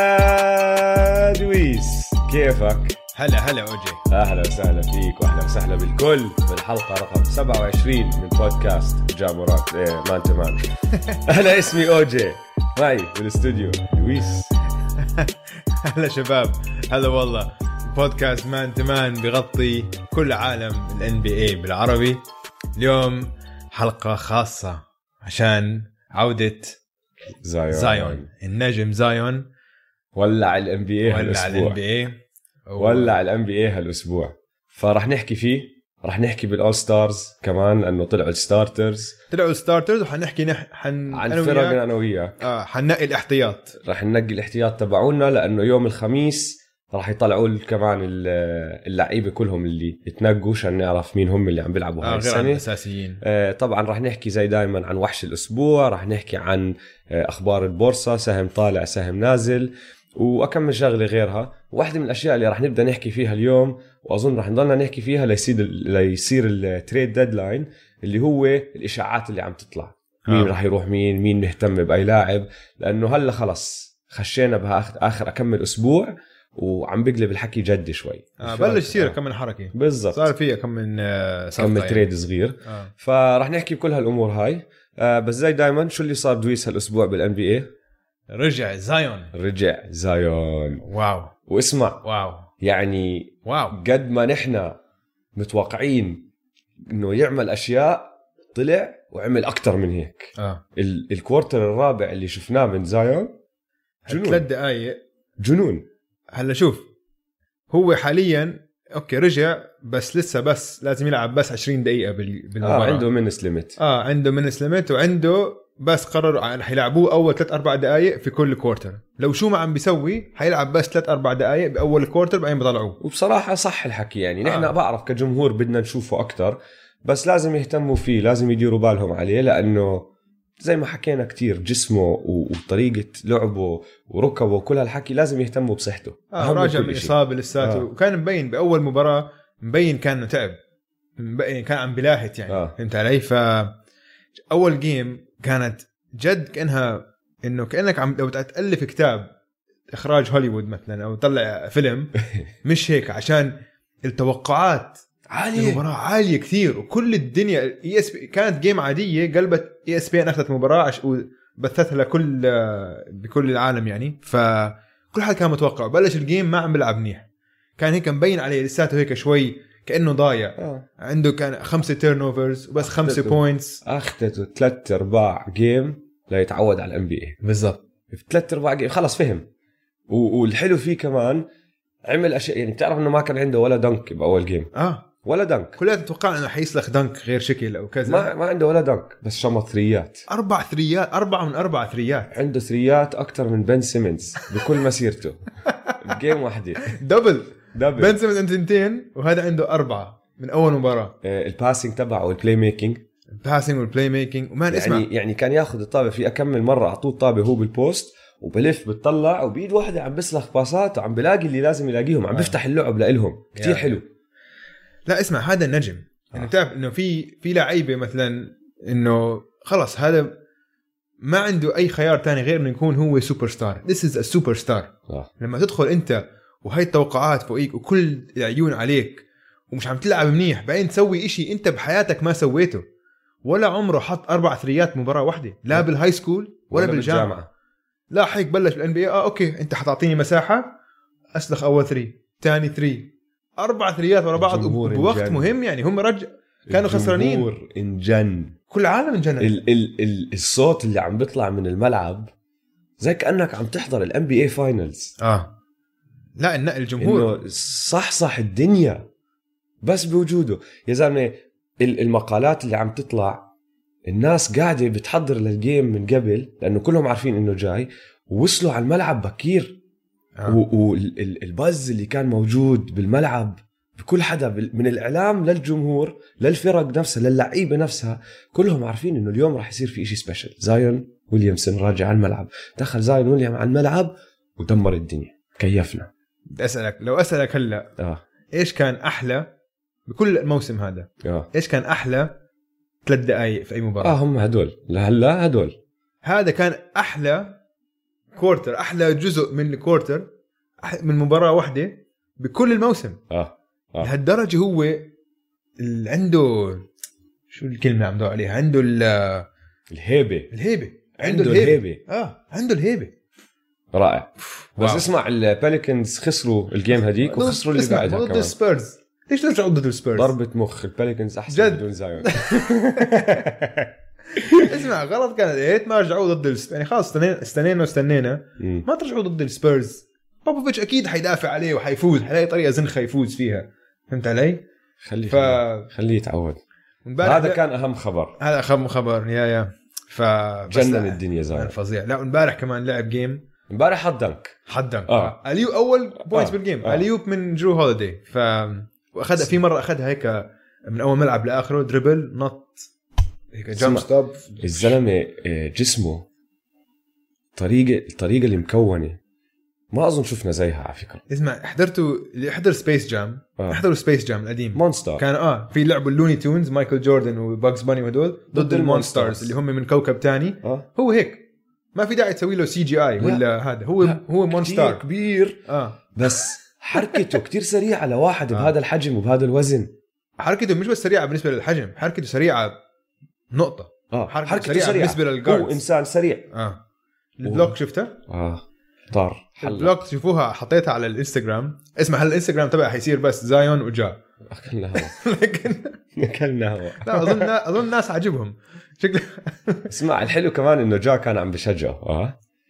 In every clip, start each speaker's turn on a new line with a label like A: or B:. A: هلا دويس كيفك؟
B: هلا هلا اوجي
A: اهلا وسهلا فيك واهلا وسهلا بالكل بالحلقه رقم 27 من بودكاست جامورات ايه مان تمام انا اسمي اوجي معي بالاستوديو دويس
B: هلا شباب هلا والله بودكاست مان تمان بغطي كل عالم الان بي اي بالعربي اليوم حلقه خاصه عشان عوده
A: زايون
B: زايون النجم زايون
A: ولع الام بي اي
B: ولع الان
A: هالاسبوع
B: بي اي
A: ولع الام بي اي هالاسبوع فراح نحكي فيه راح نحكي بالاول ستارز كمان لانه طلعوا الستارترز
B: طلعوا ستارترز وحنحكي نح... حن...
A: عن
B: أنا وياك-
A: فرقنا انا وياك
B: آه حننقي الاحتياط آه،
A: رح ننقي الاحتياط تبعونا لانه يوم الخميس رح يطلعوا ال- كمان ال- اللعيبه كلهم اللي تنقوا عشان نعرف مين هم اللي عم بيلعبوا هاي
B: آه غير عن
A: السنه
B: الاساسيين
A: آه، طبعا رح نحكي زي دائما عن وحش الاسبوع رح نحكي عن آه، اخبار البورصه سهم طالع سهم نازل واكمل شغله غيرها واحدة من الاشياء اللي رح نبدا نحكي فيها اليوم واظن رح نضلنا نحكي فيها ليصير ليصير التريد ديدلاين اللي هو الاشاعات اللي عم تطلع مين
B: آه.
A: راح يروح مين مين مهتم باي لاعب لانه هلا خلص خشينا بها اخر اكمل اسبوع وعم بقلب الحكي جدي شوي
B: آه بلش يصير كم من حركه صار
A: بالضبط
B: فيها كم من آه صفقة
A: كمل
B: يعني.
A: تريد صغير
B: آه.
A: فرح نحكي بكل هالامور هاي آه بس زي دائما شو اللي صار دويس هالاسبوع بالان بي اي
B: رجع زايون
A: رجع زايون
B: واو
A: واسمع
B: واو
A: يعني
B: واو
A: قد ما نحن متوقعين انه يعمل اشياء طلع وعمل اكثر من هيك
B: اه
A: ال- الكوارتر الرابع اللي شفناه من زايون جنون.
B: ثلاث دقائق
A: جنون
B: هلا شوف هو حاليا اوكي رجع بس لسه بس لازم يلعب بس 20 دقيقه بال-
A: آه
B: بالمباراه
A: عنده منس ليميت
B: اه عنده منس ليميت وعنده بس قرروا ع- رح يلعبوه اول ثلاث اربع دقائق في كل كوارتر لو شو ما عم بيسوي حيلعب بس ثلاث اربع دقائق باول كوارتر بعدين بطلعوه
A: وبصراحة صح الحكي يعني نحن
B: آه.
A: بعرف كجمهور بدنا نشوفه أكتر بس لازم يهتموا فيه لازم يديروا بالهم عليه لأنه زي ما حكينا كتير جسمه و- وطريقة لعبه وركبه وكل هالحكي لازم يهتموا بصحته
B: آه
A: أهم من
B: راجع
A: كل
B: من
A: إشي.
B: اصابه لساته
A: آه.
B: آه. وكان مبين باول مباراه مبين كان إنه تعب مبين كان عم بلاهت يعني
A: آه.
B: آه. فهمت علي ف اول جيم كانت جد كانها انه كانك عم لو تالف كتاب اخراج هوليوود مثلا او تطلع فيلم مش هيك عشان التوقعات
A: عالي
B: المباراة عالية كثير وكل الدنيا اي اس بي كانت جيم عادية قلبت E اي اس بي ان اخذت مباراة عش... وبثتها لكل آه، بكل العالم يعني فكل حد كان متوقع بلش الجيم ما عم بيلعب منيح كان هيك مبين عليه لساته هيك شوي كانه ضايع
A: آه.
B: عنده كان خمسة تيرن اوفرز وبس خمسة
A: أخذته.
B: بوينتس
A: أخذته ثلاث أرباع جيم ليتعود على الام بي
B: بالضبط
A: ثلاث أرباع جيم خلص فهم و- والحلو فيه كمان عمل أشياء يعني بتعرف إنه ما كان عنده ولا دنك بأول جيم
B: اه
A: ولا دنك
B: كلياتنا توقعنا انه حيسلخ دنك غير شكل او كذا
A: ما ما عنده ولا دنك بس شمط ثريات
B: اربع ثريات اربعة من اربع ثريات
A: عنده ثريات اكثر من بن سيمنز بكل مسيرته بجيم واحده
B: دبل
A: دبل
B: بن سيمنز عنده ثنتين وهذا عنده اربعة من اول مباراة
A: آه، الباسنج تبعه والبلاي ميكينج
B: الباسنج والبلاي ميكينج ومان اسمع
A: يعني يعني كان ياخذ الطابه في اكمل مره اعطوه الطابه هو بالبوست وبلف بتطلع وبايد واحده عم بسلخ باسات وعم بلاقي اللي لازم يلاقيهم عم
B: آه.
A: بفتح اللعب لإلهم كثير
B: يعني.
A: حلو
B: لا اسمع هذا النجم
A: آه.
B: انه بتعرف انه في في لعيبه مثلا انه خلص هذا ما عنده اي خيار تاني غير انه يكون هو سوبر ستار ذس از سوبر ستار
A: آه.
B: لما تدخل انت وهي التوقعات فوقيك وكل العيون عليك ومش عم تلعب منيح بعدين تسوي إشي انت بحياتك ما سويته ولا عمره حط اربع ثريات مباراه واحده لا
A: آه.
B: بالهاي سكول ولا, بالجامعه, لا حيك بلش الان بي اه اوكي انت حتعطيني مساحه اسلخ اول ثري ثاني ثري اربع ثريات ورا بعض
A: الجمهور
B: بوقت
A: انجن.
B: مهم يعني هم رج كانوا خسرانين.
A: الجمهور انجن
B: كل العالم انجنن
A: ال- ال- ال- الصوت اللي عم بيطلع من الملعب زي كانك عم تحضر الام بي اي فاينلز
B: اه لا الن- الجمهور
A: انه صح صح الدنيا بس بوجوده يا زلمه ال- المقالات اللي عم تطلع الناس قاعده بتحضر للجيم من قبل لانه كلهم عارفين انه جاي وصلوا على الملعب بكير
B: آه.
A: والبز اللي كان موجود بالملعب بكل حدا بال- من الاعلام للجمهور للفرق نفسها للعيبه نفسها كلهم عارفين انه اليوم راح يصير في إشي سبيشل زايون ويليامسون راجع على الملعب دخل زايون ويليام على الملعب ودمر الدنيا كيفنا
B: بدي اسالك لو اسالك هلا
A: اه
B: ايش كان احلى بكل الموسم هذا
A: اه
B: ايش كان احلى ثلاث
A: آه،
B: دقائق في اي مباراه
A: اه هم هدول لهلا هدول
B: هذا كان احلى كورتر احلى جزء من الكورتر أح- من مباراه واحده بكل الموسم
A: اه آه.
B: لهالدرجه هو ال- عنده شو الكلمه اللي عم دور عليها عنده ال-
A: الهيبه
B: الهيبه
A: عنده الهيبه
B: اه عنده الهيبه
A: رائع بس
B: واو.
A: اسمع الباليكنز خسروا الجيم هذيك
B: ضد-
A: وخسروا اللي
B: اسمع،
A: بعدها
B: ضد
A: كمان
B: السبيرز ليش ترجعوا ضد السبيرز؟
A: ضربة مخ الباليكنز احسن
B: جد.
A: بدون زايون
B: اسمع غلط كان يا ريت ما رجعوا ضد السبيرز يعني خلاص استنينا استنينا واستنينا
A: مم.
B: ما ترجعوا ضد السبيرز بابوفيتش اكيد حيدافع عليه وحيفوز حيلاقي طريقه زنخه يفوز فيها فهمت علي؟
A: خليه
B: ف
A: خليه يتعود
B: امبارح-
A: هذا كان اهم خبر
B: هذا اخر خبر يا يا ف بس
A: جنن
B: لا،
A: الدنيا
B: كان
A: زايون
B: فظيع لا امبارح كمان لعب جيم
A: امبارح حط دنك
B: حدا
A: آه.
B: اليو اول بوينت
A: آه.
B: بالجيم
A: آه.
B: اليوب من جرو هوليدي ف واخذها في مره اخذها هيك من اول ملعب لاخره دربل نط هيك جامب
A: اسمع.
B: ستوب
A: الزلمه آه، جسمه طريقه الطريقه اللي مكونه ما اظن شفنا زيها على فكره
B: اسمع حضرتوا اللي حضر سبيس جام
A: آه.
B: حضروا سبيس جام القديم
A: مونستر
B: كان اه في لعبوا اللوني تونز مايكل جوردن وباكس باني وهدول ضد,
A: ضد
B: ضد
A: المونسترز.
B: المونسترز اللي هم من كوكب تاني
A: اه
B: هو هيك ما في داعي تسوي له سي جي اي
A: لا.
B: ولا هذا هو
A: لا.
B: هو
A: كتير
B: مونستر
A: كبير
B: اه
A: بس حركته كتير سريعه لواحد
B: آه.
A: بهذا الحجم وبهذا الوزن
B: حركته مش بس سريعه بالنسبه للحجم حركته سريعه نقطه
A: اه
B: حركته
A: حركته
B: سريعة
A: سريعه, سريعة.
B: بالنسبة للguards. آه.
A: هو انسان سريع
B: اه البلوك شفتها
A: اه طار حلق
B: البلوك شوفوها حطيتها على الانستغرام اسمع هلا الانستغرام تبعها حيصير بس زايون وجا
A: اكلنا هواء
B: لكن
A: اكلنا هواء
B: لا اظن اظن الناس عاجبهم شكله
A: اسمع الحلو كمان انه جا كان عم بشجعه اه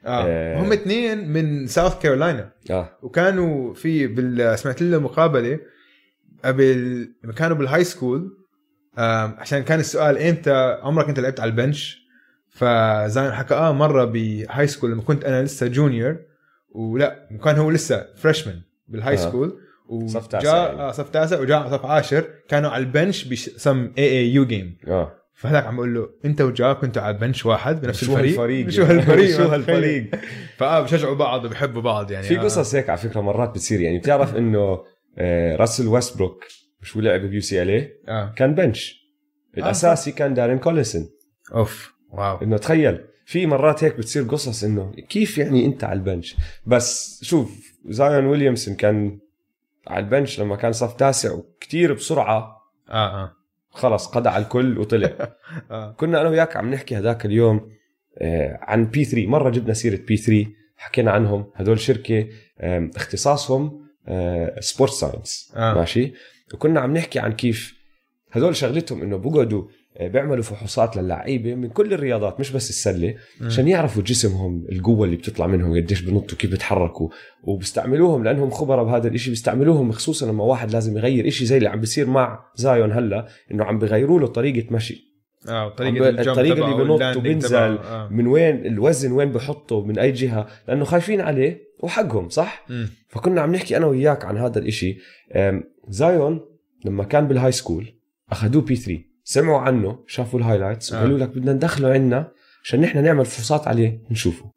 B: آه.
A: آه.
B: هم اثنين من ساوث كارولاينا
A: اه
B: وكانوا في بال... سمعت له مقابله قبل كانوا بالهاي سكول آم، عشان كان السؤال امتى عمرك انت لعبت على البنش فزاين حكى اه مره بهاي سكول لما كنت انا لسه جونيور ولا وكان هو لسه فريشمان بالهاي
A: آه.
B: آه. سكول و
A: صف تاسع
B: جاء-
A: يعني.
B: آه صف تاسع وجاء على صف عاشر كانوا على البنش بسم اي اي يو جيم
A: اه
B: فهذاك عم بقول له انت وجا كنتوا على بنش واحد بنفس
A: شو
B: الفريق
A: هالفريق يعني؟
B: شو هالفريق
A: شو هالفريق
B: فاه بشجعوا بعض وبحبوا بعض يعني
A: في
B: آه.
A: قصص هيك على فكره مرات بتصير يعني بتعرف انه آه، راسل ويستبروك مش هو لعب بيو سي ال اي
B: اه
A: كان بنش
B: آه،
A: الاساسي كان دارين كوليسن
B: اوف واو
A: انه تخيل في مرات هيك بتصير قصص انه كيف يعني انت على البنش بس شوف زايون ويليامسون كان على البنش لما كان صف تاسع وكتير بسرعه
B: اه اه
A: خلص قضى على الكل وطلع
B: اه
A: كنا انا وياك عم نحكي هذاك اليوم آه، عن بي 3 مره جبنا سيره بي 3 حكينا عنهم هدول شركه آم، اختصاصهم سبورت ساينس
B: اه
A: ماشي وكنا عم نحكي عن كيف هدول شغلتهم انه بقعدوا آه، بيعملوا فحوصات للعيبه من كل الرياضات مش بس السله عشان يعرفوا جسمهم القوه اللي بتطلع منهم قديش بنطوا كيف بيتحركوا وبيستعملوهم لانهم خبراء بهذا الشيء بيستعملوهم خصوصا لما واحد لازم يغير شيء زي اللي عم بيصير مع زايون هلا انه عم بيغيروا له طريقه مشي
B: اه
A: عم ب-
B: طريقه الجمب
A: الطريقة
B: تبعه
A: اللي بنط
B: والlanding
A: وبنزل.
B: تبعه، آه.
A: من وين الوزن وين بحطه من اي جهه لانه خايفين عليه وحقهم صح
B: مم.
A: فكنا عم نحكي انا وياك عن هذا الاشي أم، زايون لما كان بالهاي سكول اخذوه بي 3 سمعوا عنه شافوا الهايلايتس
B: آه.
A: وقالوا لك بدنا ندخله عنا عشان نحن نعمل فحوصات عليه نشوفه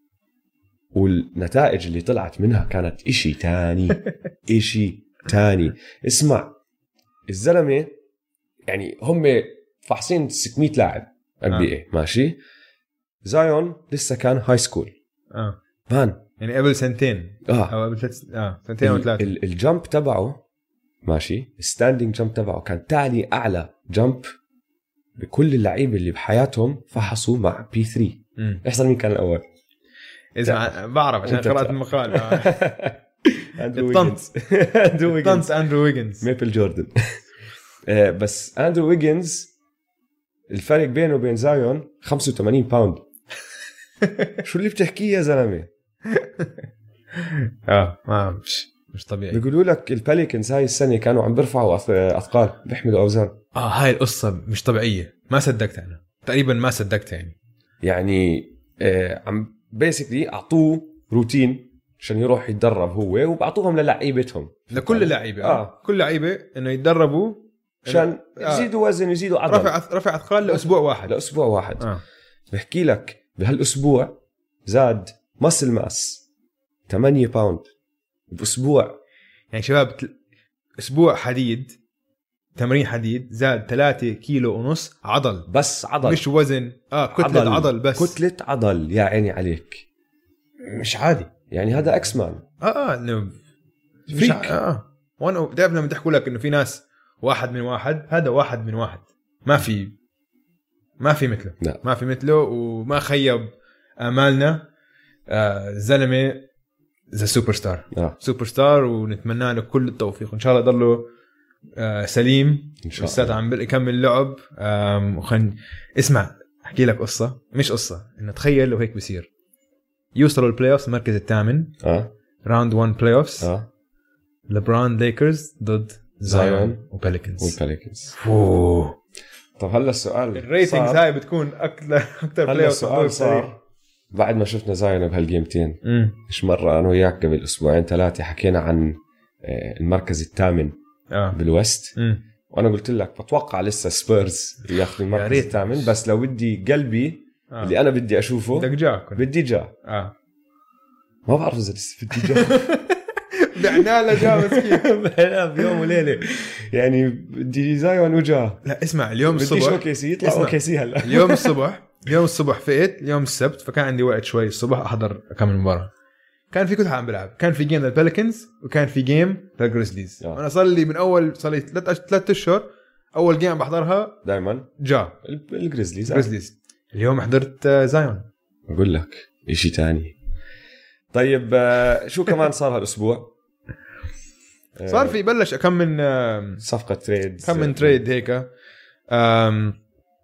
A: والنتائج اللي طلعت منها كانت اشي تاني اشي تاني اسمع الزلمه يعني هم فحصين 600 لاعب ام بي اي ماشي زايون لسه كان هاي سكول
B: اه
A: مان
B: يعني قبل سنتين
A: اه
B: او قبل ثلاث اه سنتين او ثلاثه
A: ال- الجامب تبعه ماشي الستاندينج جامب تبعه كان تاني اعلى جامب بكل اللعيبه اللي بحياتهم فحصوا مع بي 3 احسن مين كان الاول
B: اذا بعرف عشان
A: أنت
B: قرات
A: بتع-
B: المقال آه.
A: اندرو
B: الطنز.
A: ويجنز اندرو ويجنز
B: طنس اندرو ويجنز
A: ميبل جوردن آه، بس اندرو ويجنز الفرق بينه وبين زايون 85 باوند شو اللي بتحكيه يا زلمه
B: اه ما مش مش طبيعي
A: بيقولوا لك الباليكنز هاي السنه كانوا عم بيرفعوا أث- اثقال بيحملوا اوزان
B: اه هاي القصه مش طبيعيه ما صدقت انا تقريبا ما صدقت يعني
A: يعني آه، عم بيسكلي اعطوه روتين عشان يروح يتدرب هو وبعطوهم للعيبتهم
B: لكل اللعيبه
A: آه.
B: آه. كل لعيبه انه يتدربوا
A: عشان
B: آه.
A: يزيدوا وزن ويزيدوا
B: رفع
A: عضل
B: أث- رفع اثقال لاسبوع واحد
A: لاسبوع واحد
B: اه
A: بحكي لك بهالاسبوع زاد مسل ماس 8 باوند باسبوع
B: يعني شباب تل- اسبوع حديد تمرين حديد زاد 3 كيلو ونص عضل
A: بس عضل
B: مش وزن اه كتله عضل, عضل بس
A: كتله عضل يا عيني يعني عليك مش عادي يعني هذا اكس مان
B: اه اه انه
A: فريك.
B: مش ع- اه وانا تعرف لما تحكوا لك انه في ناس واحد من واحد هذا واحد من واحد ما في ما في مثله
A: لا.
B: ما في مثله وما خيب امالنا آه زلمه ذا سوبر ستار
A: آه.
B: سوبر ستار ونتمنى له كل التوفيق وان شاء الله يضله آه سليم
A: ان شاء الله
B: لساته عم يكمل لعب آم، وخن اسمع احكي لك قصه مش قصه انه تخيل لو هيك بصير يوصلوا البلاي اوف المركز الثامن
A: اه
B: راوند 1 بلاي اوفز
A: اه
B: لبران ليكرز ضد زايون
A: زايون
B: وبليكنز
A: والباليكنز طب هلا السؤال
B: الريتنجز
A: صار-
B: هاي بتكون اكثر اكثر
A: هلا
B: بلاي اوف
A: السؤال صار بعد ما شفنا زاين بهالجيمتين
B: امم
A: ايش مره انا وياك قبل اسبوعين ثلاثه حكينا عن آه، المركز الثامن
B: اه
A: بالوست
B: امم
A: وانا قلت لك بتوقع لسه سبيرز ياخذوا
B: يا
A: المركز
B: ريت.
A: الثامن بس لو بدي قلبي
B: آه.
A: اللي انا بدي اشوفه
B: بدك جاك
A: بدي جا
B: اه
A: ما بعرف اذا لسه بدي جا
B: بعنا له جا مسكين
A: بعنا بيوم وليله يعني بدي زايون وجا
B: لا اسمع اليوم
A: بديش
B: الصبح
A: اوكي سي يطلع
B: اسمع.
A: اوكي سي هلا
B: اليوم الصبح اليوم الصبح فقت اليوم السبت فكان عندي وقت شوي الصبح احضر كم مباراه كان في كل حاجه عم بلعب كان في جيم للبلكنز وكان في جيم للجريزليز
A: آه.
B: انا صار لي من اول صار لي ثلاث اشهر اول جيم بحضرها
A: دائما
B: جا
A: الجريزليز
B: جريزليز اليوم حضرت آه، زايون
A: بقول لك شيء تاني طيب آه، شو كمان صار هالاسبوع؟ آه،
B: صار في بلش كم من آم،
A: صفقة تريد
B: كم من تريد هيك آم،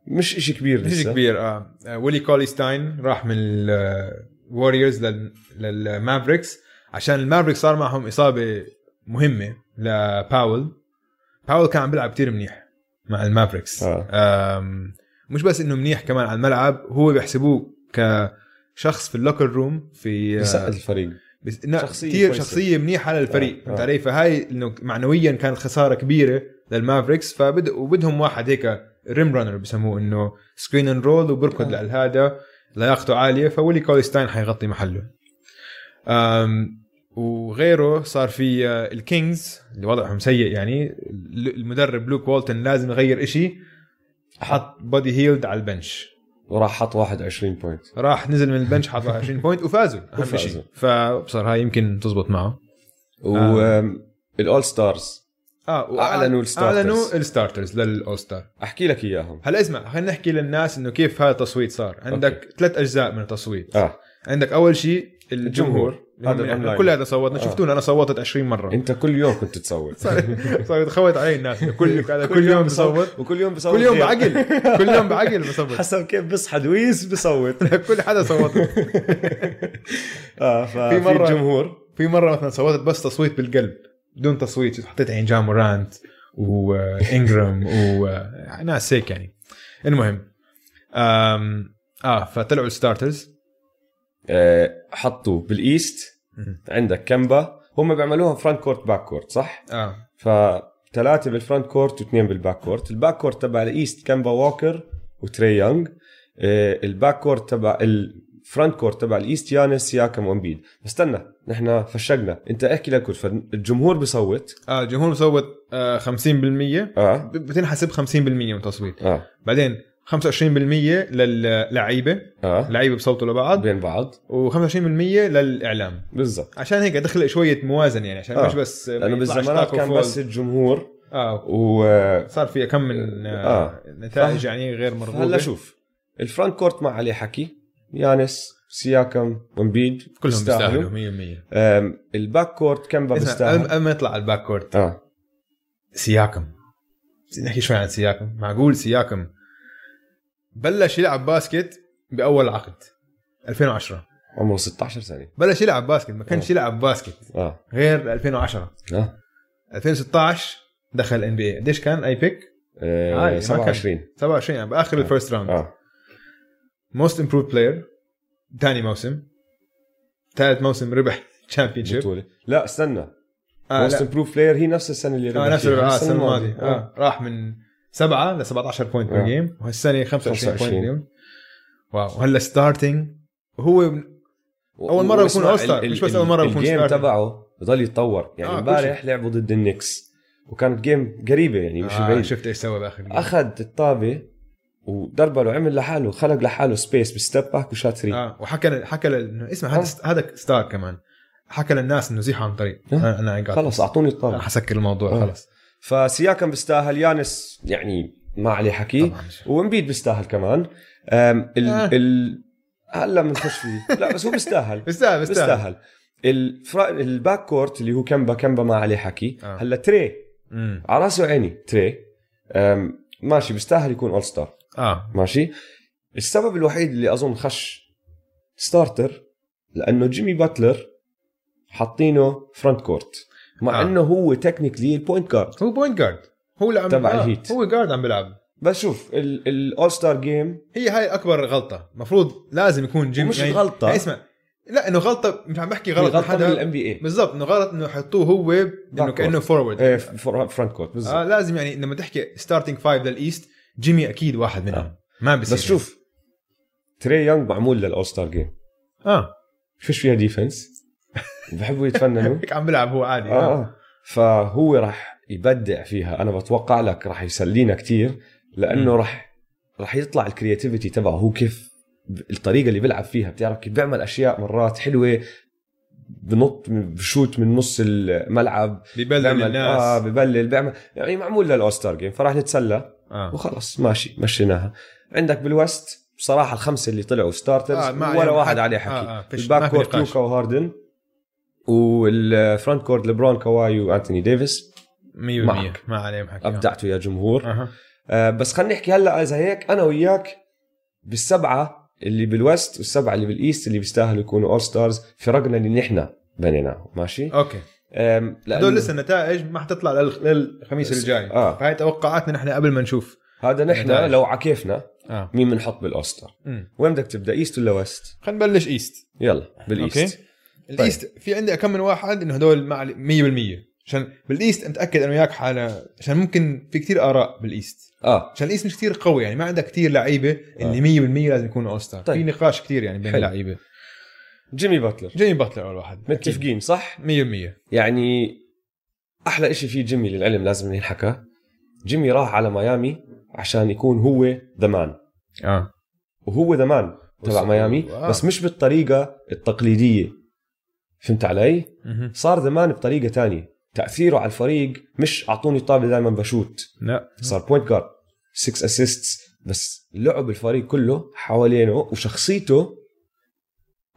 A: مش شيء كبير
B: مش
A: لسه
B: كبير اه آه، ويلي كولي ستاين راح من الوريورز للمافريكس عشان المافريكس صار معهم اصابه مهمه لباول باول كان عم بيلعب كثير منيح مع المافريكس
A: آه.
B: آم، مش بس انه منيح كمان على الملعب هو بيحسبوه كشخص في اللوكر روم في آه،
A: بيسقط الفريق
B: بس لا
A: شخصية
B: كثير
A: كويسة.
B: شخصيه منيحه للفريق
A: آه،
B: آه. فهمت
A: آه.
B: علي فهاي انه معنويا كانت خساره كبيره للمافريكس فبد وبدهم واحد هيك ريم رانر بسموه انه سكرين اند رول وبركض
A: آه.
B: آه. لهذا لياقته عاليه فولي كوليستاين حيغطي محله أم وغيره صار في آه، الكينجز اللي وضعهم سيء يعني ال- المدرب لوك والتن لازم يغير إشي حط بودي هيلد على البنش
A: وراح حط 21 بوينت
B: راح نزل من البنش حط 20 بوينت وفازوا اهم
A: وفازوا.
B: شيء فبصر هاي يمكن تزبط معه آه.
A: والاول ستارز
B: اه وأع-
A: آه، أعلنوا الستارترز.
B: اعلنوا الستارترز للاول ستار
A: احكي لك اياهم
B: هلا اسمع خلينا نحكي للناس انه كيف هذا التصويت صار عندك ثلاث اجزاء من التصويت
A: اه
B: عندك اول شيء
A: الجمهور.
B: الجمهور
A: هذا
B: اللي هم-
A: الأونلاين.
B: احنا كل هذا صوتنا
A: آه.
B: شفتونا انا صوتت 20 مره
A: انت كل يوم كنت تصور
B: صار صار يتخوت علي الناس كل كل, كل يوم بصوت
A: وكل يوم بصوت
B: كل يوم
A: غير.
B: بعقل كل يوم بعقل بصوت
A: حسب كيف بصحى دويس بصوت
B: كل حدا صوت
A: اه
B: في
A: ففي
B: مرة-
A: جمهور
B: في مره مثلا صوتت بس تصويت بالقلب بدون تصويت حطيت عين جام آه، مورانت وانجرام وناس هيك آه، يعني المهم آم اه فطلعوا الستارترز
A: آه، حطوا بالايست عندك كمبا هم بيعملوها فرونت كورت باك كورت صح؟
B: اه
A: فثلاثة بالفرونت كورت واثنين بالباك كورت، الباك كورت تبع الايست كامبا ووكر وتري يونغ، آه، الباك كورت تبع الفرونت كورت تبع الايست يانس ياكم وامبيد، بس استنى نحن فشقنا، انت احكي للكل فالجمهور بصوت
B: اه الجمهور مصوت آه 50%
A: اه
B: ب- بتنحسب 50% من التصويت
A: اه
B: بعدين 25% للعيبه
A: اه
B: لعيبه بصوتوا لبعض
A: بين بعض
B: و25% للاعلام
A: بالضبط
B: عشان هيك دخل شويه موازنه يعني عشان
A: آه.
B: آه. مش بس
A: لانه بالزمانات كان بس الجمهور
B: اه
A: و
B: صار في كم من آه
A: آه.
B: نتائج
A: فه-
B: يعني غير مرغوبه
A: هلا شوف الفرونت كورت ما عليه حكي يانس سياكم وامبيد
B: كلهم
A: بيستاهلوا.
B: بيستاهلوا 100%
A: أم، الباك كورت كمبا
B: اسمع قبل
A: بيستاهل
B: قبل ما يطلع على الباك كورت
A: اه
B: سياكم نحكي شوي عن سياكم معقول سياكم بلش يلعب باسكت باول عقد 2010
A: عمره 16 سنه
B: بلش يلعب باسكت ما كانش
A: آه.
B: يلعب باسكت
A: اه
B: غير 2010
A: اه
B: 2016 دخل ان بي اي قديش كان اي بيك
A: آه،
B: عادي، ما
A: 27
B: 27 يعني باخر
A: آه.
B: الفيرست راوند
A: اه
B: موست امبروف بلاير ثاني موسم ثالث موسم ربح تشامبيون شيب
A: بطوله لا استنى
B: آه
A: موست
B: لا
A: امبروف بلاير هي نفس السنه اللي
B: آه
A: ربح
B: نفس
A: فيها.
B: الربع- آه، السنه الماضيه آه. راح من 7 ل 17 بوينت بير
A: آه.
B: جيم وهالسنه 25 بوينت
A: 25.
B: بير جيم واو وهلا ستارتنج وهو من- أول مرة
A: واسمع،
B: بكون All Star،
A: ال-
B: مش بس
A: ال-
B: أول مرة بكون
A: الجيم
B: starter.
A: تبعه بضل يتطور
B: آه،
A: يعني
B: كل
A: امبارح لعبوا ضد النكس وكانت جيم قريبه يعني مش
B: آه
A: بعيد
B: شفت ايش سوى باخر جيم
A: اخذ الطابه ودربل وعمل لحاله خلق لحاله سبيس بالستيب باك وشات 3
B: اه وحكى حكى لل- انه اسمع هذا
A: آه.
B: ست- هذا ستار كمان حكى للناس انه زيحوا عن طريق
A: آه.
B: انا انا قاعد-
A: خلص اعطوني الطابه
B: حسكر الموضوع
A: آه.
B: خلص
A: فسياكم بيستاهل يانس يعني ما عليه حكي
B: طبعا
A: وامبيد بيستاهل كمان أم ال
B: آه.
A: ال هلا بنخش فيه لا بس هو بيستاهل
B: بيستاهل بيستاهل
A: بيستاهل الفرا... الباك كورت اللي هو كمبا كمبا ما عليه حكي
B: آه.
A: هلا تري
B: مم.
A: على راسي وعيني تري أم، ماشي بيستاهل يكون اول ستار
B: اه
A: ماشي السبب الوحيد اللي اظن خش ستارتر لانه جيمي باتلر حاطينه فرونت كورت مع
B: آه.
A: آه. انه هو تكنيكلي البوينت جارد
B: هو بوينت جارد هو اللي عم
A: تبع
B: آه،
A: الهيت.
B: هو جارد عم بيلعب
A: بس شوف الاول ستار جيم
B: هي هاي اكبر غلطه المفروض لازم يكون جيم
A: مش غلطة.
B: يعني اسمع لا انه غلطه مش عم بحكي غلط
A: غلطه من
B: حدا
A: الام بي اي
B: بالضبط انه غلط انه يحطوه هو انه
A: باكورد.
B: كانه فورورد
A: إيه، فر- فرونت كورت بالضبط
B: آه لازم يعني لما تحكي ستارتنج فايف للايست جيمي اكيد واحد منهم
A: آه.
B: ما بصير
A: بس شوف تري يونغ معمول للاول ستار جيم
B: اه
A: فيش فيها ديفنس بحبوا يتفننوا
B: هيك عم بلعب هو عادي
A: آه. آه. فهو راح يبدع فيها انا بتوقع لك راح يسلينا كتير لانه
B: مم.
A: راح راح يطلع الكرياتيفيتي تبعه هو كيف ب- الطريقه اللي بيلعب فيها بتعرف كيف بيعمل اشياء مرات حلوه بنط من- بشوت من نص الملعب
B: ببلل الناس
A: اه
B: آه.
A: ببلل بيعمل يعني معمول للاوستر جيم فراح نتسلى
B: آه.
A: وخلص ماشي مشيناها عندك بالوست بصراحه الخمسه اللي طلعوا ستارترز
B: آه، ما
A: ولا
B: عليهم
A: واحد
B: حد.
A: عليه حكي
B: آه، آه، فيش- ما
A: الباك
B: في
A: كورت
B: نقاش.
A: لوكا وهاردن والفرونت كورت لبرون كواي وانتوني ديفيس
B: 100% ما عليهم حكي
A: ابدعتوا يا جمهور
B: اها
A: آه، بس خلينا نحكي هلا اذا هيك انا وياك بالسبعه اللي بالوست والسبعه اللي بالايست اللي بيستاهلوا يكونوا اول ستارز فرقنا اللي نحن بنيناه ماشي
B: اوكي
A: آم، لأنه
B: هدول آه. لسه النتائج ما حتطلع لل- للخميس الجاي
A: آه.
B: فهي توقعاتنا نحن قبل ما نشوف
A: هذا نحن
B: نتائج.
A: لو عكيفنا
B: اه
A: مين بنحط بالاوستر وين بدك تبدا ايست ولا وست
B: خلينا نبلش ايست
A: يلا بالايست
B: أوكي.
A: طيب.
B: الايست في عندي كم من واحد انه هدول مع 100% عشان بالايست متاكد انا وياك حالة عشان ممكن في كتير اراء بالايست
A: اه
B: عشان الايست مش كتير قوي يعني ما عندها كتير لعيبه اللي 100% لازم يكونوا اوستر
A: آه. طيب.
B: في نقاش كتير يعني بين
A: حلو.
B: اللعيبه
A: جيمي باتلر
B: جيمي باتلر اول واحد
A: متفقين صح
B: 100%
A: يعني احلى إشي فيه جيمي للعلم لازم ينحكى جيمي راح على ميامي عشان يكون هو ذا مان آه.
B: اه
A: وهو ذا مان تبع
B: بس-
A: ميامي
B: آه.
A: بس مش بالطريقه التقليديه فهمت علي
B: مهم.
A: صار ذا مان بطريقه تانية تاثيره على الفريق مش اعطوني الطابه دائما بشوت
B: لا
A: صار بوينت جارد 6 اسيستس بس لعب الفريق كله حوالينه وشخصيته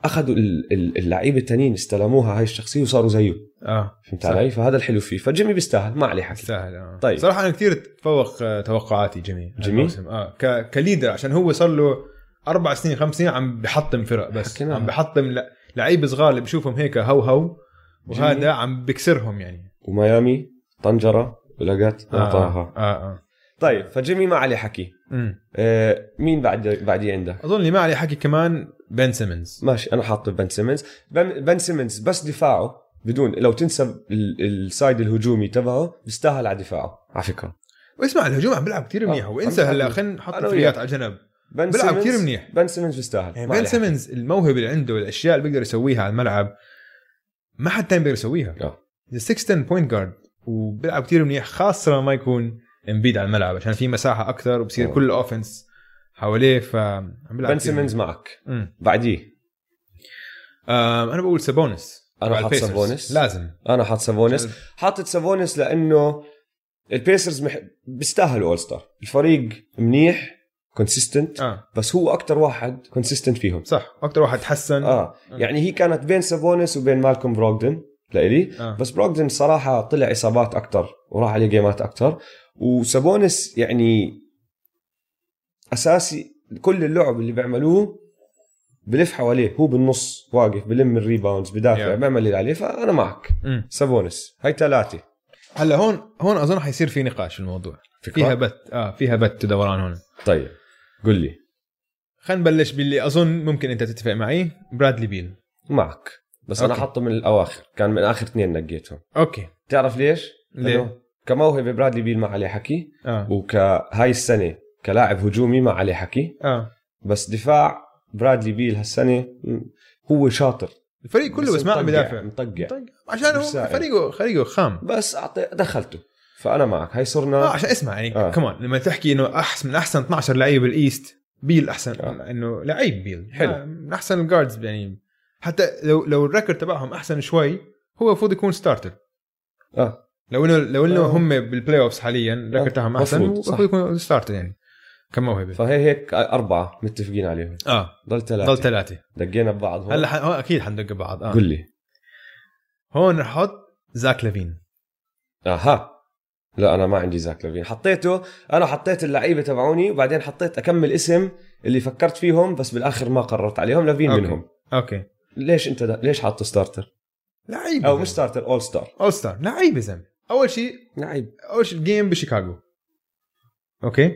A: اخذوا ال- ال- اللعيبه التانيين استلموها هاي الشخصيه وصاروا زيه
B: اه
A: فهمت
B: صح.
A: علي؟ فهذا الحلو فيه، فجيمي بيستاهل ما عليه حكي.
B: سهل آه.
A: طيب.
B: صراحه انا كثير تفوق آه، توقعاتي جيمي
A: جيمي؟
B: الموسم. اه ك... كليدر عشان هو صار له اربع سنين خمس سنين عم بحطم فرق بس
A: حكيناها.
B: عم بحطم ل... لعيب صغار اللي بشوفهم هيك هو هو وهذا
A: جيمي.
B: عم بكسرهم يعني
A: وميامي طنجره ولقت
B: اه
A: اعطاها.
B: اه, آه.
A: طيب فجيمي ما عليه حكي.
B: أمم.
A: آه مين بعد بعدي عندك؟
B: اظن اللي ما عليه حكي كمان بن سيمنز
A: ماشي انا حاطه بن سيمنز، بن, بن سيمنز بس دفاعه بدون لو تنسب ال- السايد الهجومي تبعه بيستاهل على دفاعه على فكره.
B: واسمع الهجوم عم بيلعب كثير منيح
A: آه.
B: وانسى
A: عم
B: هلا
A: بيلعب.
B: خلينا نحط
A: أنا
B: الفريات
A: وياك.
B: على جنب
A: بن
B: بيلعب
A: سيمنز-
B: كثير منيح
A: بن سيمنز بيستاهل
B: يعني
A: ما عليه
B: بن
A: حكي.
B: سيمنز الموهبه اللي عنده الاشياء اللي بيقدر يسويها على الملعب ما حد تاني بيقدر يسويها
A: آه.
B: ذا 6 بوينت جارد وبيلعب كثير منيح خاصه لما ما يكون امبيد على الملعب عشان في مساحه اكثر وبصير
A: آه.
B: كل الاوفنس حواليه ف عم بيلعب
A: بن
B: كتير
A: سيمنز
B: منيح.
A: معك،
B: أمم.
A: بعديه
B: آم، انا بقول سابونس
A: أنا
B: مع
A: حاط
B: البيسرز.
A: سابونس.
B: لازم
A: انا حاط سافونس، حاطط سافونس لانه البيسرز مح... بيستاهلوا اول ستار، الفريق منيح كونسيستنت
B: اه
A: بس هو اكثر واحد كونسيستنت فيهم
B: صح اكثر واحد تحسن
A: اه يعني هي كانت بين سافونس وبين مالكوم بروغدن لإلي
B: آه.
A: بس بروغدن صراحة طلع إصابات أكتر وراح عليه جيمات أكتر وسابونس يعني أساسي كل اللعب اللي بيعملوه بلف حواليه هو بالنص واقف بلم الريباوندز بدافع
B: Yeah.
A: بيعمل اللي عليه فأنا معك
B: أمم.
A: سابونس هاي ثلاثة
B: هلا هون هون اظن حيصير في نقاش في الموضوع
A: فكرة؟
B: فيها بت اه فيها بت ودوران هون
A: طيب قل لي
B: خلينا نبلش باللي اظن ممكن انت تتفق معي برادلي بيل
A: معك بس أنا
B: أوكي.
A: حطه من الأواخر كان من آخر اثنين نقيتهم
B: اوكي
A: تعرف ليش؟
B: ليه؟
A: لأنه كموهبة برادلي بيل ما عليه حكي
B: اه
A: وكهاي السنة كلاعب هجومي ما عليه حكي
B: اه
A: بس دفاع برادلي بيل هالسنة م، هو شاطر
B: الفريق كله بس ما عم
A: مطقع-
B: بدافع
A: مطقع
B: طيب، عشان
A: طيب يعني. مش
B: هو
A: سائل.
B: فريقه فريقه خام
A: بس أعطي دخلته فانا معك هاي
B: اه
A: صرنا
B: عشان اسمع يعني
A: آه.
B: آه. كمان لما تحكي انه احسن من احسن 12 لعيب بالايست بيل احسن
A: آه.
B: آه. انه لعيب بيل
A: حلو.
B: آه، من احسن الجاردز يعني حتى لو لو الريكورد تبعهم احسن شوي هو المفروض يكون ستارتر
A: اه
B: لو انه لو انه
A: آه.
B: هم بالبلاي اوفز حاليا الريكورد تبعهم احسن
A: مفروض، صح.
B: المفروض يكون ستارتر يعني كموهبه
A: فهي هيك اربعه متفقين عليهم
B: اه
A: ضل ثلاثه
B: ضل ثلاثه
A: دقينا ببعض هون
B: هلا ح... هون اكيد حندق بعض اه
A: قل لي
B: هون رح احط زاك لافين
A: اها لا انا ما عندي زاك لافين حطيته انا حطيت اللعيبه تبعوني وبعدين حطيت اكمل اسم اللي فكرت فيهم بس بالاخر ما قررت عليهم لافين
B: أوكي.
A: منهم
B: اوكي
A: ليش انت دا... ليش حاطه ستارتر
B: لعيب
A: او مش ستارتر اول ستار
B: اول ستار لعيب يا زلمه اول شيء
A: لعيب
B: اول شيء الجيم بشيكاغو اوكي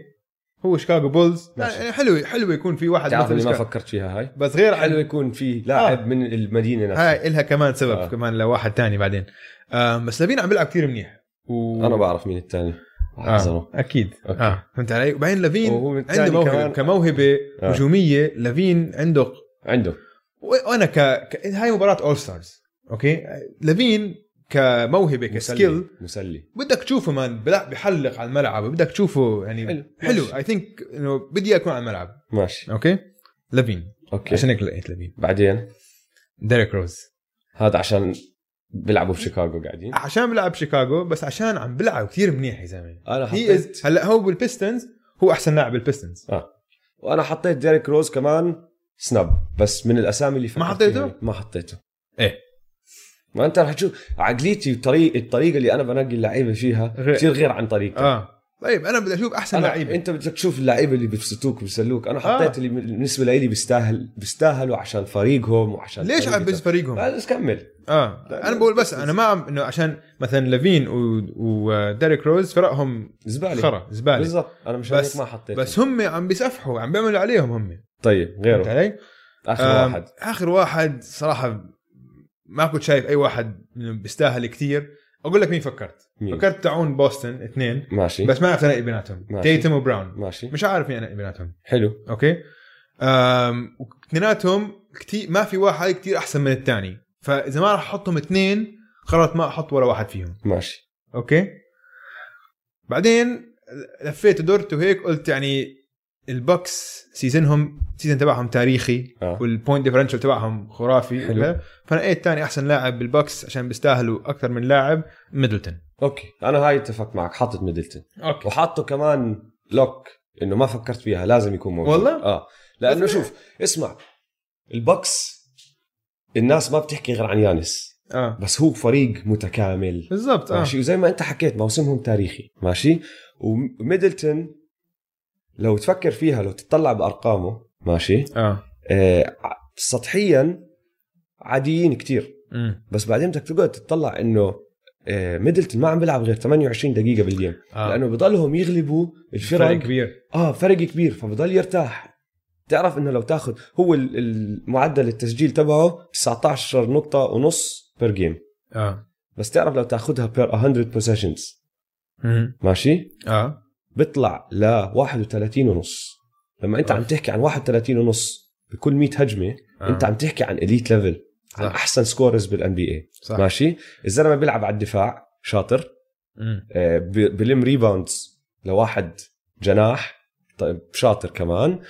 B: هو شيكاغو بولز
A: ماشي.
B: يعني حلو حلو يكون في واحد
A: تعرف
B: مثل
A: اللي ما
B: شيكاغو.
A: فكرت فيها هاي
B: بس غير
A: حلو
B: عن
A: يكون في لاعب آه. من المدينه نفسها
B: هاي الها كمان سبب
A: آه.
B: آه. كمان لواحد تاني بعدين آه بس لافين عم بيلعب كثير منيح و...
A: انا بعرف مين الثاني
B: آه.
A: آه.
B: اكيد
A: أوكي.
B: آه. فهمت علي وبعدين لافين
A: وهو من الثاني
B: عنده موهبه
A: كمان
B: كموهبه
A: آه.
B: هجوميه لافين عنده
A: عنده
B: و- وانا ك... ك... هاي مباراه اول ستارز اوكي لافين كموهبه كسكيل
A: مسلي مسلي
B: بدك تشوفه مان بلا- بحلق على الملعب بدك تشوفه يعني
A: حلو.
B: حلو
A: ماشي.
B: اي ثينك انه بدي اياه يكون على الملعب
A: ماشي
B: اوكي لافين
A: اوكي عشان...
B: عشان هيك لقيت لافين
A: بعدين
B: ديريك روز
A: هذا عشان بيلعبوا بشيكاغو قاعدين
B: عشان بلعب شيكاغو بس عشان عم بلعب كثير منيح يا زلمه
A: انا
B: هي
A: حطيت
B: از هلا هو بالبيستنز هو احسن لاعب بالبيستنز
A: وانا حطيت ديريك روز كمان سناب بس من الاسامي اللي فكرت
B: ما حطيته؟
A: فيها- ما حطيته
B: إيه.
A: ما انت رح تشوف عقليتي وطريق الطريقه اللي انا بنقي اللعيبه فيها
B: غير-
A: كثير غير عن طريقتك
B: اه طيب انا بدي اشوف احسن
A: أنا
B: لعيبه
A: انت بدك تشوف اللعيبه اللي بيبسطوك وبيسلوك انا حطيت
B: آه.
A: اللي بالنسبه لي بيستاهل بيستاهلوا عشان فريقهم وعشان
B: ليش عم بس
A: بس
B: فريقهم؟
A: بس كمل
B: اه
A: لا،
B: انا بقول بس انا ما عم انه عشان مثلا لافين و- وديريك روز فرقهم
A: زباله
B: خرا زباله
A: بالضبط انا مش بس
B: بس-
A: ما حطيت
B: بس هم عم بيسفحوا عم بيعملوا عليهم هم
A: طيب
B: فهمت
A: غيره
B: علي؟
A: اخر
B: آم،
A: واحد
B: اخر واحد صراحه ما كنت شايف اي واحد إنه بيستاهل كثير اقول لك مين فكرت
A: مين؟
B: فكرت تعون بوسطن اثنين
A: ماشي
B: بس ما عرفت انقي بيناتهم
A: ماشي.
B: تيتم وبراون
A: ماشي
B: مش عارف مين انقي بيناتهم
A: حلو
B: اوكي أم، واثنيناتهم كثير ما في واحد كثير احسن من الثاني فاذا ما راح احطهم اثنين قررت ما احط ولا واحد فيهم
A: ماشي
B: اوكي بعدين لفيت ودرت وهيك قلت يعني البكس سيزنهم سيزن تبعهم تاريخي
A: آه.
B: والبوينت ديفرنشال تبعهم خرافي
A: حلو.
B: وكذا. فنقيت ثاني احسن لاعب بالبكس عشان بيستاهلوا اكثر من لاعب ميدلتون
A: اوكي انا هاي اتفقت معك حاطط ميدلتون
B: اوكي
A: وحاطه كمان لوك انه ما فكرت فيها لازم يكون موجود
B: والله؟
A: اه لانه
B: بس-
A: شوف اسمع البكس الناس ما بتحكي غير عن يانس
B: اه
A: بس هو فريق متكامل
B: بالضبط اه
A: ماشي وزي ما انت حكيت موسمهم تاريخي ماشي وميدلتون لو تفكر فيها لو تطلع بارقامه ماشي
B: اه
A: آه ع- سطحيا عاديين كتير
B: أمم.
A: بس بعدين بدك تقعد تطلع انه آه، ميدلتون ما عم بيلعب غير 28 دقيقه بالجيم
B: آه.
A: لانه بضلهم يغلبوا
B: فرق
A: الفرق
B: كبير
A: اه فرق كبير فبضل يرتاح تعرف انه لو تاخذ هو ال- المعدل التسجيل تبعه 19 نقطة ونص بير جيم
B: اه
A: بس تعرف لو تاخذها بير 100 بوزيشنز
B: أمم.
A: ماشي
B: اه
A: بيطلع ل 31 ونص لما انت
B: آه.
A: عم تحكي عن 31 ونص بكل 100 هجمة
B: آه.
A: انت عم تحكي عن اليت ليفل عن
B: صح.
A: احسن سكورز بالان بي اي
B: صح
A: ماشي الزلمة بيلعب على الدفاع شاطر
B: أمم.
A: آه، ب- بلم ريباوندز لواحد جناح طيب شاطر كمان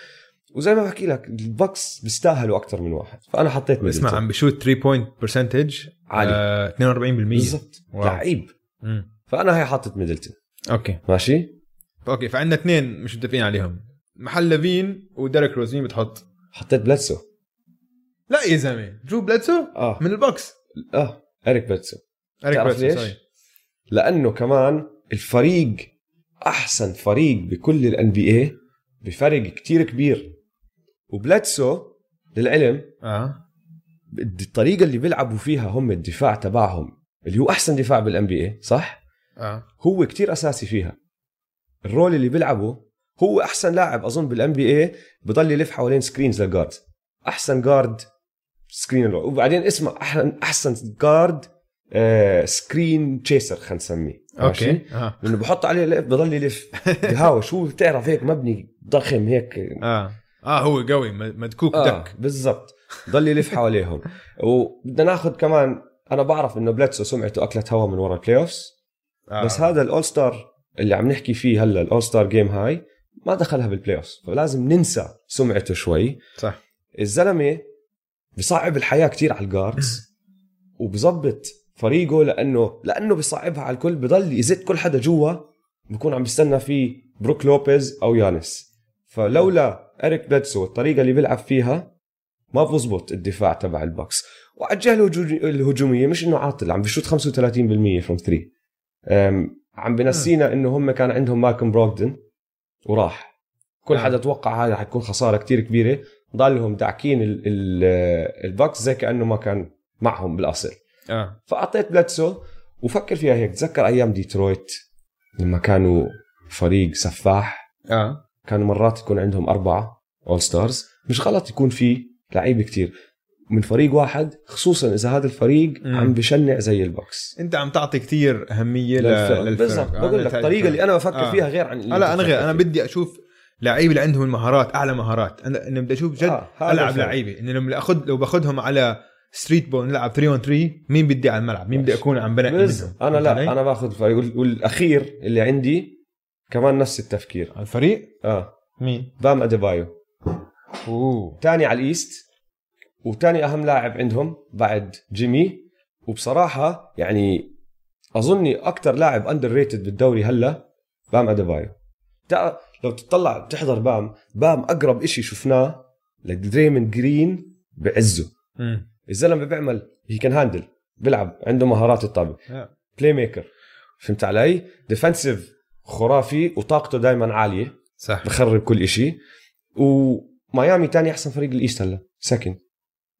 A: وزي ما بحكي لك البكس بيستاهلوا اكثر من واحد فانا حطيت
B: اسمع
A: ميدلتون.
B: عم بشوت 3 بوينت برسنتج
A: عالي
B: آه، 42%
A: بالضبط
B: واو.
A: لعيب
B: أمم.
A: فانا هي حاطط ميدلتون
B: اوكي
A: ماشي
B: اوكي فعندنا اثنين مش متفقين عليهم محل لافين وديريك روز مين بتحط؟
A: حطيت بلاتسو
B: لا يا زلمه درو بلاتسو
A: اه
B: من البوكس
A: اه اريك بلاتسو
B: اريك
A: تعرف ليش؟ لانه كمان الفريق احسن فريق بكل الان بي اي بفرق كتير كبير وبلاتسو للعلم
B: اه
A: الطريقه اللي بيلعبوا فيها هم الدفاع تبعهم اللي هو احسن دفاع بالان بي اي صح
B: اه
A: هو كتير اساسي فيها الرول اللي بيلعبه هو احسن لاعب اظن بالان بي اي بضل يلف حوالين سكرينز للجارد احسن جارد سكرين رول وبعدين اسمع احسن احسن جارد آه سكرين تشيسر خلينا نسميه ماشي؟
B: اوكي اه
A: لانه بحط عليه لف بضل يلف بهاوش هو بتعرف هيك مبني ضخم هيك
B: اه اه هو قوي م- مدكوك
A: آه
B: دك
A: بالضبط ضل يلف حواليهم وبدنا ناخذ كمان انا بعرف انه بلاتسو سمعته اكلت هوا من ورا البلاي اوفز
B: آه.
A: بس هذا الاول ستار اللي عم نحكي فيه هلا الاول ستار جيم هاي ما دخلها بالبلاي اوف فلازم ننسى سمعته شوي
B: صح
A: الزلمه بصعب الحياه كتير على الجاردز وبظبط فريقه لانه لانه بصعبها على الكل بضل يزت كل حدا جوا بكون عم بستنى فيه بروك لوبيز او يانس فلولا اريك بيتسو الطريقه اللي بيلعب فيها ما بزبط الدفاع تبع البكس وعلى الجهه الهجو- الهجوميه مش انه عاطل عم بشوت 35% فروم 3 عم بنسينا انه هم كان عندهم مالكم بروغدن وراح كل
B: آه.
A: حدا توقع هذا حتكون خساره كتير كبيره ضلهم داعكين ال- ال- البكس زي كانه ما كان معهم بالاصل
B: اه
A: فاعطيت بلاتسو وفكر فيها هيك تذكر ايام ديترويت لما كانوا فريق سفاح
B: اه
A: كانوا مرات يكون عندهم اربعه اول ستارز مش غلط يكون في لعيبه كتير من فريق واحد خصوصا اذا هذا الفريق
B: مم.
A: عم بشنع زي البوكس
B: انت عم تعطي كتير اهميه لل-
A: للفرق.
B: للفرق
A: بالضبط
B: آه،
A: بقول لك
B: نتائج
A: الطريقه
B: الفرق.
A: اللي انا بفكر
B: آه.
A: فيها غير عن
B: لا انا غير انا بدي اشوف لعيبه اللي عندهم المهارات اعلى مهارات انا انا بدي اشوف جد
A: آه،
B: العب لعيبه انه لما اخذ لو باخذهم على ستريت بول نلعب 3 اون 3 مين بدي على الملعب مين بدي
A: ماشي.
B: اكون عم بنقي منهم
A: بز... انا
B: فهمت علي؟
A: لا انا باخذ الفريق وال- والاخير اللي عندي كمان نفس التفكير
B: على الفريق
A: اه
B: مين
A: بام اديبايو
B: اوه
A: تاني على الايست وتاني اهم لاعب عندهم بعد جيمي وبصراحه يعني اظني اكثر لاعب اندر ريتد بالدوري هلا بام اديبايو تع- لو تطلع تحضر بام بام اقرب إشي شفناه لدريمن جرين بعزه
B: مم.
A: الزلمه بيعمل هي كان هاندل بيلعب عنده مهارات الطابه
B: Yeah.
A: بلاي ميكر فهمت علي ديفنسيف خرافي وطاقته دائما عاليه
B: صح
A: بخرب كل إشي وميامي تاني احسن فريق الايست هلا سكند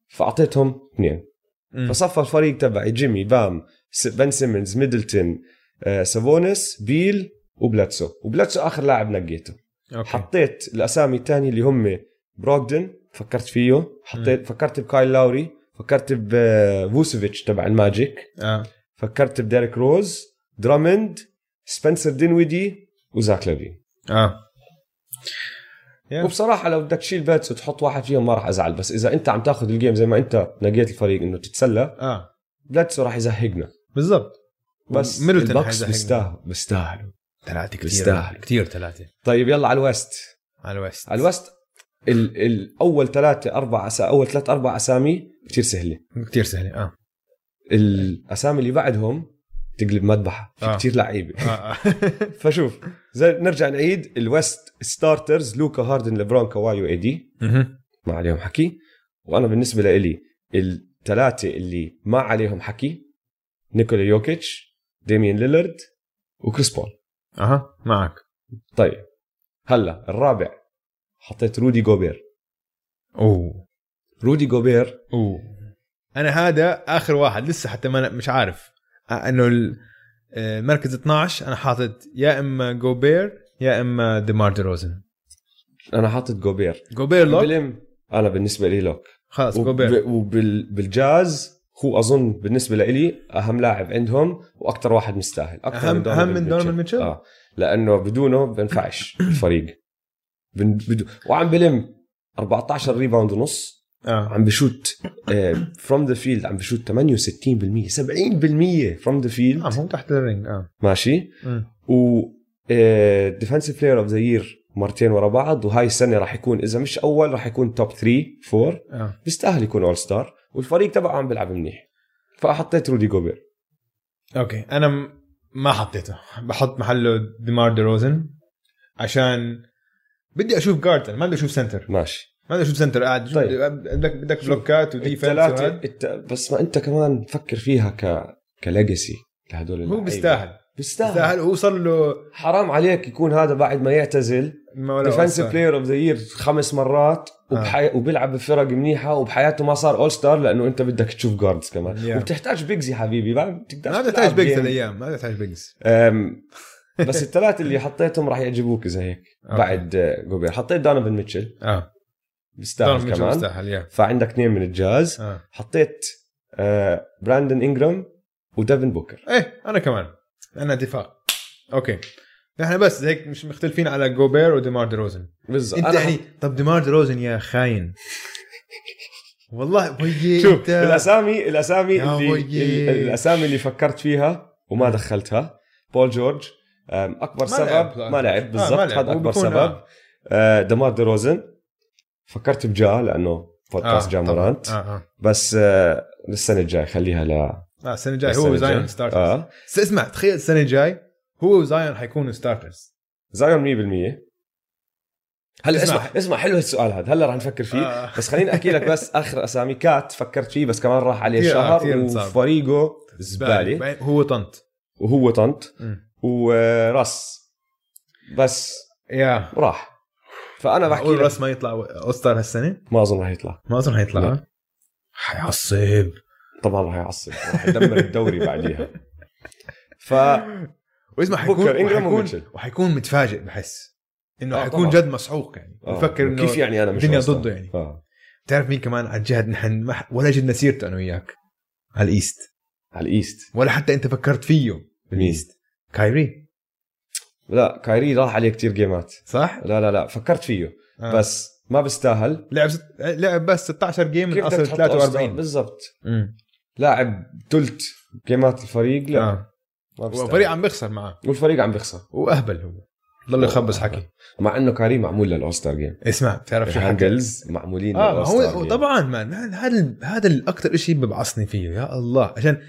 A: فاعطيتهم اثنين
B: مم.
A: فصفى الفريق تبعي جيمي بام س- بن سيمنز ميدلتون آه، سافونس بيل وبلاتسو وبلاتسو اخر لاعب نقيته
B: اوكي
A: حطيت الاسامي الثانيه اللي هم بروغدن فكرت فيه حطيت فكرت بكايل لاوري فكرت بفوسيفيتش تبع الماجيك
B: اه
A: فكرت بديريك روز درامند سبنسر دينويدي وزاك لافين
B: اه Yeah.
A: وبصراحه لو بدك تشيل باتس وتحط واحد فيهم ما راح ازعل بس اذا انت عم تاخذ الجيم زي ما انت نقيت الفريق انه تتسلى
B: اه
A: بلاتسو راح يزهقنا
B: بالضبط
A: بس
B: وميدلتون
A: البكس
B: حيزهقنا.
A: بيستاهلوا بيستاهلوا
B: ثلاثه
A: بيستاهل.
B: كثير كثير ثلاثه
A: طيب يلا على الوست
B: على الوست
A: على الوست ال الاول ثلاثه اربع أسا... اول ثلاث اربع اسامي كثير سهله
B: كثير سهله اه
A: الاسامي اللي بعدهم تقلب مذبحه في
B: آه.
A: كثير لعيبه
B: اه آه.
A: فشوف زي نرجع نعيد الوست ستارترز لوكا هاردن لبرون كواي واي دي
B: مهم.
A: ما عليهم حكي وانا بالنسبه لإلي الثلاثه اللي ما عليهم حكي نيكولا يوكيتش ديمين ليلرد وكريس بول
B: اها معك
A: طيب هلا الرابع حطيت رودي جوبير
B: اوه
A: رودي جوبير
B: اوه انا هذا اخر واحد لسه حتى ما أنا مش عارف آه، انه ال- آه، مركز 12 انا حاطط يا اما جوبير يا اما ديمار دي روزن
A: انا حاطط جوبير
B: جوبير لوك
A: بلم انا بالنسبه لي لوك
B: خلاص جوبير
A: وبالجاز هو اظن بالنسبه لإلي اهم لاعب عندهم واكثر واحد مستاهل اكثر
B: أهم- أهم من دونوفان ميتشل؟
A: اه لانه بدونه بنفعش الفريق بن بدو وعم بلم 14 ريباوند ونص
B: اه
A: عم بشوت آه، فروم ذا فيلد عم بشوت 68% 70% فروم ذا
B: آه،
A: فيلد
B: هو تحت الرينج اه
A: ماشي
B: مم.
A: و آه، ديفنسيف بلاير اوف ذا يير مرتين ورا بعض وهاي السنه راح يكون اذا مش اول راح يكون توب 3 4
B: اه
A: بيستاهل يكون اول ستار والفريق تبعه عم بيلعب منيح فحطيت رودي جوبير
B: اوكي انا م- ما حطيته بحط محله ديمار دي روزن عشان بدي اشوف جارد أنا ما بدي اشوف سنتر
A: ماشي
B: ما بدي اشوف سنتر قاعد
A: طيب.
B: بدك بدك بلوكات
A: الثلاثة
B: وديفنس
A: الت... بس ما انت كمان فكر فيها ك كليجسي لهدول
B: هو
A: اللعيبة.
B: بيستاهل
A: بيستاهل
B: بيستاهل هو صار له
A: حرام عليك يكون هذا بعد ما يعتزل
B: ما ولا آه.
A: ديفنسيف
B: All-Star.
A: بلاير اوف ذا يير خمس مرات وبحي... وبيلعب بفرق منيحه وبحياته ما صار اول ستار لانه انت بدك تشوف جاردز كمان
B: Yeah.
A: وبتحتاج بيجز يا حبيبي ما بتقدرش
B: ما بتحتاج
A: تلعب
B: بيجز
A: game.
B: هالايام ما بتحتاج بيجز
A: أم، بس الثلاثه اللي حطيتهم راح يعجبوك اذا هيك بعد آه، جوبير حطيت دونوفن ميتشل
B: اه
A: بيستاهل
B: كمان
A: كمان
B: مستاهل يا
A: فعندك اثنين من الجاز
B: اه
A: حطيت آه، براندن انجرام وديفن بوكر
B: ايه انا كمان انا دفاع اوكي نحن بس هيك مش مختلفين على جوبير وديمار دي روزن
A: بالضبط
B: انت
A: أنا
B: يعني طب ديمار دي روزن يا خاين والله
A: حط-
B: وي
A: شوف
B: انت
A: الاسامي الاسامي
B: يا
A: اللي
B: ويي.
A: ال- الاسامي اللي فكرت فيها وما دخلتها بول جورج آم، اكبر
B: ما لعب. آه،
A: سبب ما لعب بالضبط
B: ما لعب.
A: هذا
B: هو
A: اكبر
B: بيكون-
A: سبب
B: آه.
A: آه، دمار دي روزن فكرت بجا لانه بودكاست جا
B: طبعاً.
A: مورانت
B: اه اه
A: بس آه، للسنه الجاي خليها ل
B: آه، السنه الجايه
A: للسنة
B: هو
A: الجاي.
B: وزاين ستارترز آه.
A: اه
B: اسمع تخيل السنه الجاي هو وزاين حيكونوا ستارترز
A: زايون 100% هلا
B: اسمع.
A: اسمع اسمع حلو السؤال هذا هلا رح نفكر فيه
B: آه.
A: بس خليني احكي لك بس اخر اسامي كات فكرت فيه بس كمان راح عليه
B: كثير- آه،
A: شهر
B: كثير انصاب.
A: وفريقه زباله
B: بعدين هو طنط
A: وهو طنط
B: مم.
A: وراس بس
B: يا
A: وراح فانا بحكي
B: بقول
A: لك
B: راس ما يطلع اوستر هالسنه
A: ما اظن راح يطلع
B: ما اظن
A: لا.
B: حيطلع حيعصب
A: طبعا راح يعصب راح يدمر الدوري بعديها آه، فبكره
B: واسمع حيكون
A: انجرام
B: وحيكون,
A: وميتشل
B: وحيكون متفاجئ بحس انه
A: آه،
B: حيكون
A: طبعاً.
B: جد مسحوق يعني
A: آه،
B: بفكر انه
A: كيف يعني انا مش
B: الدنيا
A: راسنا؟
B: ضده يعني.
A: آه.
B: بتعرف مين كمان على الجهه نحن ما ح- ولا جبنا سيرته انا وياك على الايست
A: على الايست
B: ولا حتى انت فكرت فيه بالايست كايري
A: لا كايري راح عليه كتير جيمات
B: صح؟
A: لا لا لا فكرت فيه
B: آه.
A: بس ما بيستاهل
B: لعب ست... لعب بس 16 جيم من
A: كيف بدك
B: اصل
A: تحط أوستر؟
B: 43
A: بالضبط
B: أمم.
A: لاعب ثلث جيمات الفريق لا
B: آه.
A: ما بيستاهل.
B: وفريق عم بيخسر معاه
A: والفريق عم بيخسر
B: واهبل هو ضل يخبص حكي
A: مع انه كاري معمول للاوستر جيم
B: اسمع بتعرف شو حكي
A: الهاندلز معمولين
B: اه ما
A: للأوستر
B: هو
A: جيم.
B: طبعا مان هذا ال- هذا الاكثر شيء ببعصني فيه يا الله عشان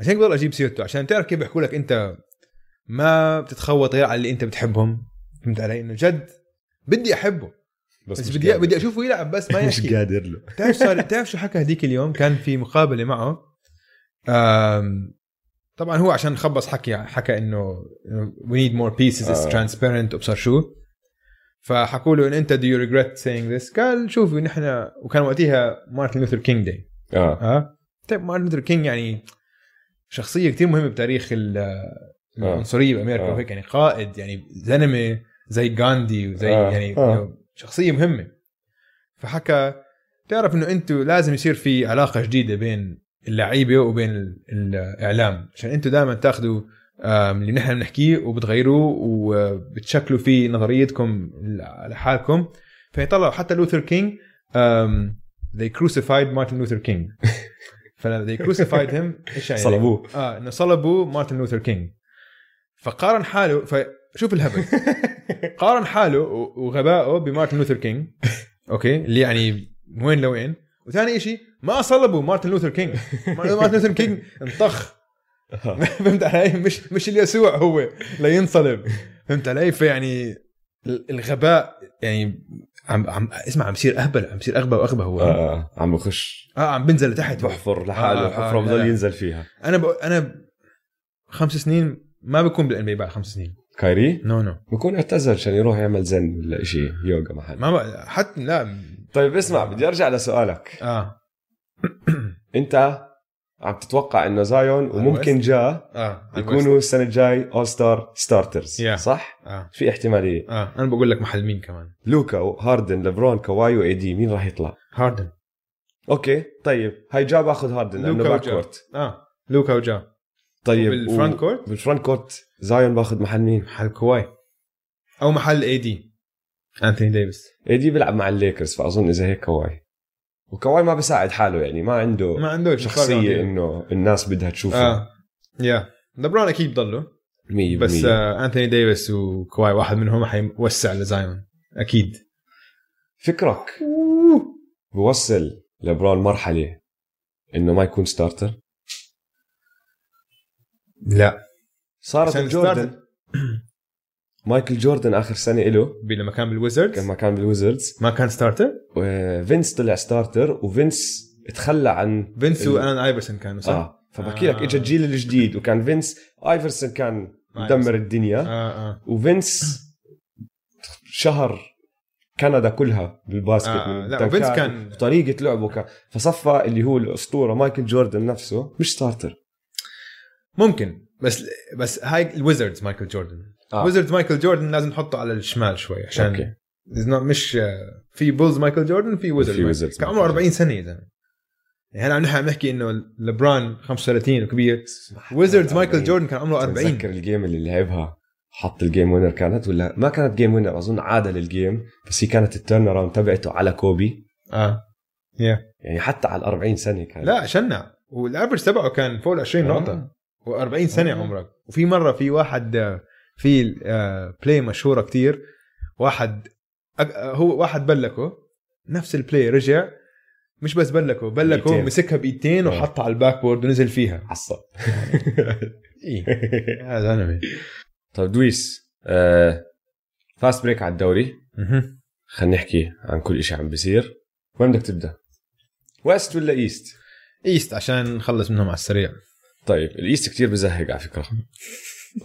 B: عشان اقدر اجيب سيرته عشان تعرف كيف بحكوا لك انت ما بتتخوط غير على اللي انت بتحبهم فهمت علي انه جد بدي احبه بس
A: مش
B: بدي
A: قادر.
B: بدي اشوفه يلعب بس ما
A: مش
B: يحكي
A: قادر له
B: بتعرف صار بتعرف شو حكى هذيك اليوم كان في مقابله معه آم، طبعا هو عشان خبص حكي حكى انه وي نيد مور بيسز از
A: آه.
B: ترانسبيرنت وبصر شو فحكوا له ان انت دو يو ريجريت سينج ذس قال شوفوا نحن وكان وقتها مارتن لوثر كينج داي
A: اه
B: اه طيب مارتن لوثر كينج يعني شخصيه كثير مهمه بتاريخ ال- العنصريه بامريكا
A: آه.
B: وهيك يعني قائد يعني زلمه زي غاندي وزي
A: آه.
B: يعني
A: آه.
B: شخصيه مهمه فحكى تعرف انه انتم لازم يصير في علاقه جديده بين اللعيبه وبين ال- الاعلام عشان انتم دائما تاخذوا آم، اللي نحن بنحكيه وبتغيروه وبتشكلوا فيه نظريتكم ل- لحالكم فيطلعوا حتى لوثر كينج آم، they crucified Martin Luther King ف they crucified him ايش يعني
A: صلبوه
B: اه انه صلبوا مارتن لوثر كينج فقارن حاله فشوف الهبل قارن حاله و- وغبائه بمارتن لوثر كينج اوكي اللي يعني من وين لوين وثاني شيء ما صلبوا مارتن لوثر كينج مارتن لوثر كينج انطخ فهمت علي مش مش اليسوع هو لينصلب فهمت علي فيعني ال- الغباء يعني عم عم اسمع عم بصير اهبل عم بصير اغبى واغبى هو اه,
A: آه، عم بخش
B: عم بنزل لتحت هو.
A: بحفر لحاله
B: آه، آه،
A: حفره
B: لا،
A: بضل
B: لا.
A: ينزل فيها
B: انا ب... انا خمس سنين ما بكون بالان بي بعد خمس سنين
A: كايري
B: نو نو
A: بكون اعتزل عشان يروح يعمل زن ولا شيء يوغا محل
B: ما بق... حتى لا
A: طيب اسمع بدي ارجع لسؤالك
B: اه
A: انت عم تتوقع انه زايون وممكن جا
B: اه
A: يكونوا السنه الجاي اول ستار ستارترز
B: Yeah.
A: صح؟
B: اه
A: في احتماليه
B: اه انا بقول لك محل مين كمان
A: لوكا وهاردن لبرون كواي واي دي مين راح يطلع؟
B: هاردن
A: اوكي طيب هاي جا باخذ هاردن لانه
B: لوكا
A: باك
B: وجا.
A: كورت
B: اه لوكا وجا
A: طيب
B: بالفرونت
A: و-
B: كورت؟
A: بالفرونت كورت زايون باخذ محل مين؟
B: محل كواي او محل اي دي انثوني ديفيس
A: اي دي بيلعب مع الليكرز فاظن اذا هيك كواي وكواي ما بيساعد حاله يعني ما عنده
B: ما عنده
A: شخصيه انه الناس بدها تشوفها 100%
B: اه يا لبرون اكيد ضله بس
A: بس
B: آه انثوني ديفيس وكواي واحد منهم حيوسع لزايون اكيد
A: فكرك بوصل لبرون مرحله انه ما يكون ستارتر
B: لا
A: صارت
B: عشان
A: جوردن مايكل جوردن اخر سنه له
B: لما كان بالويزردز
A: لما كان بالويزردز
B: ما كان ستارتر
A: فينس طلع ستارتر وفينس تخلى عن
B: فينس
A: ال-
B: وان ايفرسون كانوا صح؟
A: اه فبحكي لك
B: آه.
A: اجى الجيل الجديد وكان فينس ايفرسون كان مدمر الدنيا
B: اه اه
A: وفينس شهر كندا كلها بالباسكت
B: آه، لا،
A: بالدنكات.
B: وفينس كان-
A: طريقه لعبه كان فصفى اللي هو الاسطوره مايكل جوردن نفسه مش ستارتر
B: ممكن بس بس هاي الويزردز مايكل جوردن
A: آه.
B: ويزردز مايكل جوردن لازم نحطه على الشمال شوي عشان
A: اوكي
B: is not- مش آه، في بولز مايكل جوردن في
A: في
B: ويزردز
A: ويزردز
B: كان عمره
A: مايكل
B: 40 سنه يا زلمه يعني هلا عم نحن عم نحكي انه لبران 35 وكبير ويزردز مايكل
A: إيه.
B: جوردن كان عمره 40
A: بتذكر الجيم يعني اللي لعبها حط الجيم وينر كانت ولا ما كانت جيم وينر اظن عادل الجيم بس هي كانت التيرن اراوند تبعته على كوبي
B: اه
A: يعني حتى على ال 40 سنه كان
B: لا شنع والافرج تبعه كان فوق ال 20
A: آه.
B: نقطه و40 سنه
A: آه.
B: عمرك وفي مره في واحد آه، في آه، بلاي مشهوره كتير واحد أك- آه، هو واحد بلكه نفس البلاي رجع مش بس بلكه بلكه
A: بإيدتين.
B: مسكها بايدتين
A: آه.
B: وحطها على الباك بورد ونزل فيها
A: عصب إيه.
B: ايه هذا انمي
A: طيب دويس آه فاست بريك على الدوري
B: مهم.
A: خلينا نحكي عن كل شيء عم بيصير وين بدك تبدا؟ ويست ولا ايست؟
B: ايست عشان نخلص منهم على السريع
A: طيب الايست كتير بزهق على فكره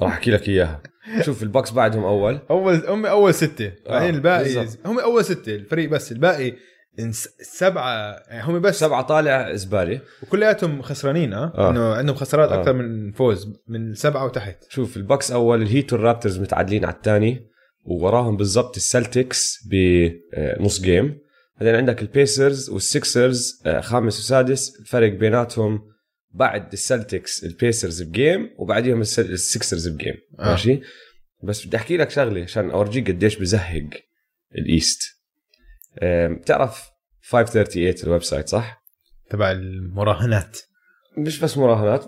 A: راح احكي لك اياها شوف الباكس بعدهم اول
B: اول هم اول سته بعدين الباقي
A: آه، بالضبط.
B: هم اول سته الفريق بس الباقي انس- سبعه يعني هم بس
A: سبعه طالع زباله
B: وكلياتهم خسرانين اه,
A: آه.
B: انه عندهم خسارات
A: آه.
B: اكثر من فوز من سبعه وتحت
A: شوف الباكس اول الهيت والرابترز متعادلين على الثاني ووراهم بالضبط السلتكس بنص جيم بعدين عندك البيسرز والسكسرز آه، خامس وسادس الفرق بيناتهم بعد السلتكس البيسرز بجيم وبعديهم الس- السكسرز بجيم
B: آه.
A: ماشي بس بدي احكي لك شغله عشان اورجيك قديش بزهق الايست آه، بتعرف 538 الويب سايت صح؟
B: تبع المراهنات
A: مش بس مراهنات